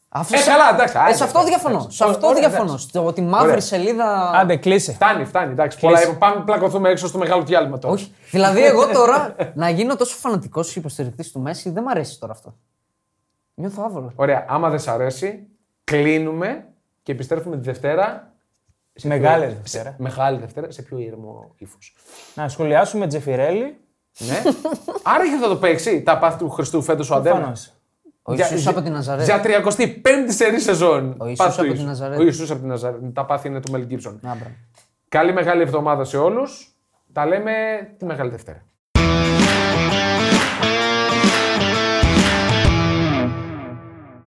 [SPEAKER 3] Αυτό
[SPEAKER 2] Ε, καλά, εντάξει,
[SPEAKER 3] Ε,
[SPEAKER 2] άντε,
[SPEAKER 3] σε αυτό
[SPEAKER 2] εντάξει,
[SPEAKER 3] διαφωνώ.
[SPEAKER 2] εντάξει.
[SPEAKER 3] Σε αυτό
[SPEAKER 2] Ωραία,
[SPEAKER 3] διαφωνώ.
[SPEAKER 2] εντάξει.
[SPEAKER 3] Στο ότι μαύρη
[SPEAKER 2] Ωραία.
[SPEAKER 3] σελίδα.
[SPEAKER 1] Άντε, κλείσε.
[SPEAKER 2] Φτάνει, φτάνει. Εντάξει, πολλά, είπα. πάμε να πλακωθούμε έξω στο μεγάλο διάλειμμα τώρα.
[SPEAKER 3] Όχι. δηλαδή, εγώ τώρα να γίνω τόσο φανατικός υποστηρικτής του Μέση δεν μ' αρέσει τώρα αυτό. Νιώθω άβολο.
[SPEAKER 2] Ωραία, άμα δεν σ' αρέσει, κλείνουμε και επιστρέφουμε τη Δευτέρα.
[SPEAKER 1] Μεγάλη Δευτέρα.
[SPEAKER 2] Μεγάλη Δευτέρα, σε πιο ήρεμο ύφος.
[SPEAKER 1] Να σχολιάσουμε Τζεφιρέλη.
[SPEAKER 3] (laughs)
[SPEAKER 2] ναι. Άραγε θα το παίξει τα πάθη του Χριστού φέτος ο Αντένα.
[SPEAKER 1] Προφανώς.
[SPEAKER 3] Ο Ιησούς από την Ναζαρέτη.
[SPEAKER 2] Για 35η σερή σεζόν.
[SPEAKER 3] Ο Ιησούς
[SPEAKER 2] Πάθη του
[SPEAKER 3] από
[SPEAKER 2] Ιησού.
[SPEAKER 3] την Ναζαρέτη.
[SPEAKER 2] Ο Ιησούς από την Ναζαρέτη. Τα πάθη είναι του Μελ Γκίψον.
[SPEAKER 3] Να, μπράβο.
[SPEAKER 2] Καλή μεγάλη εβδομάδα σε όλους. Τα λέμε τη Μεγάλη Δευτέρα.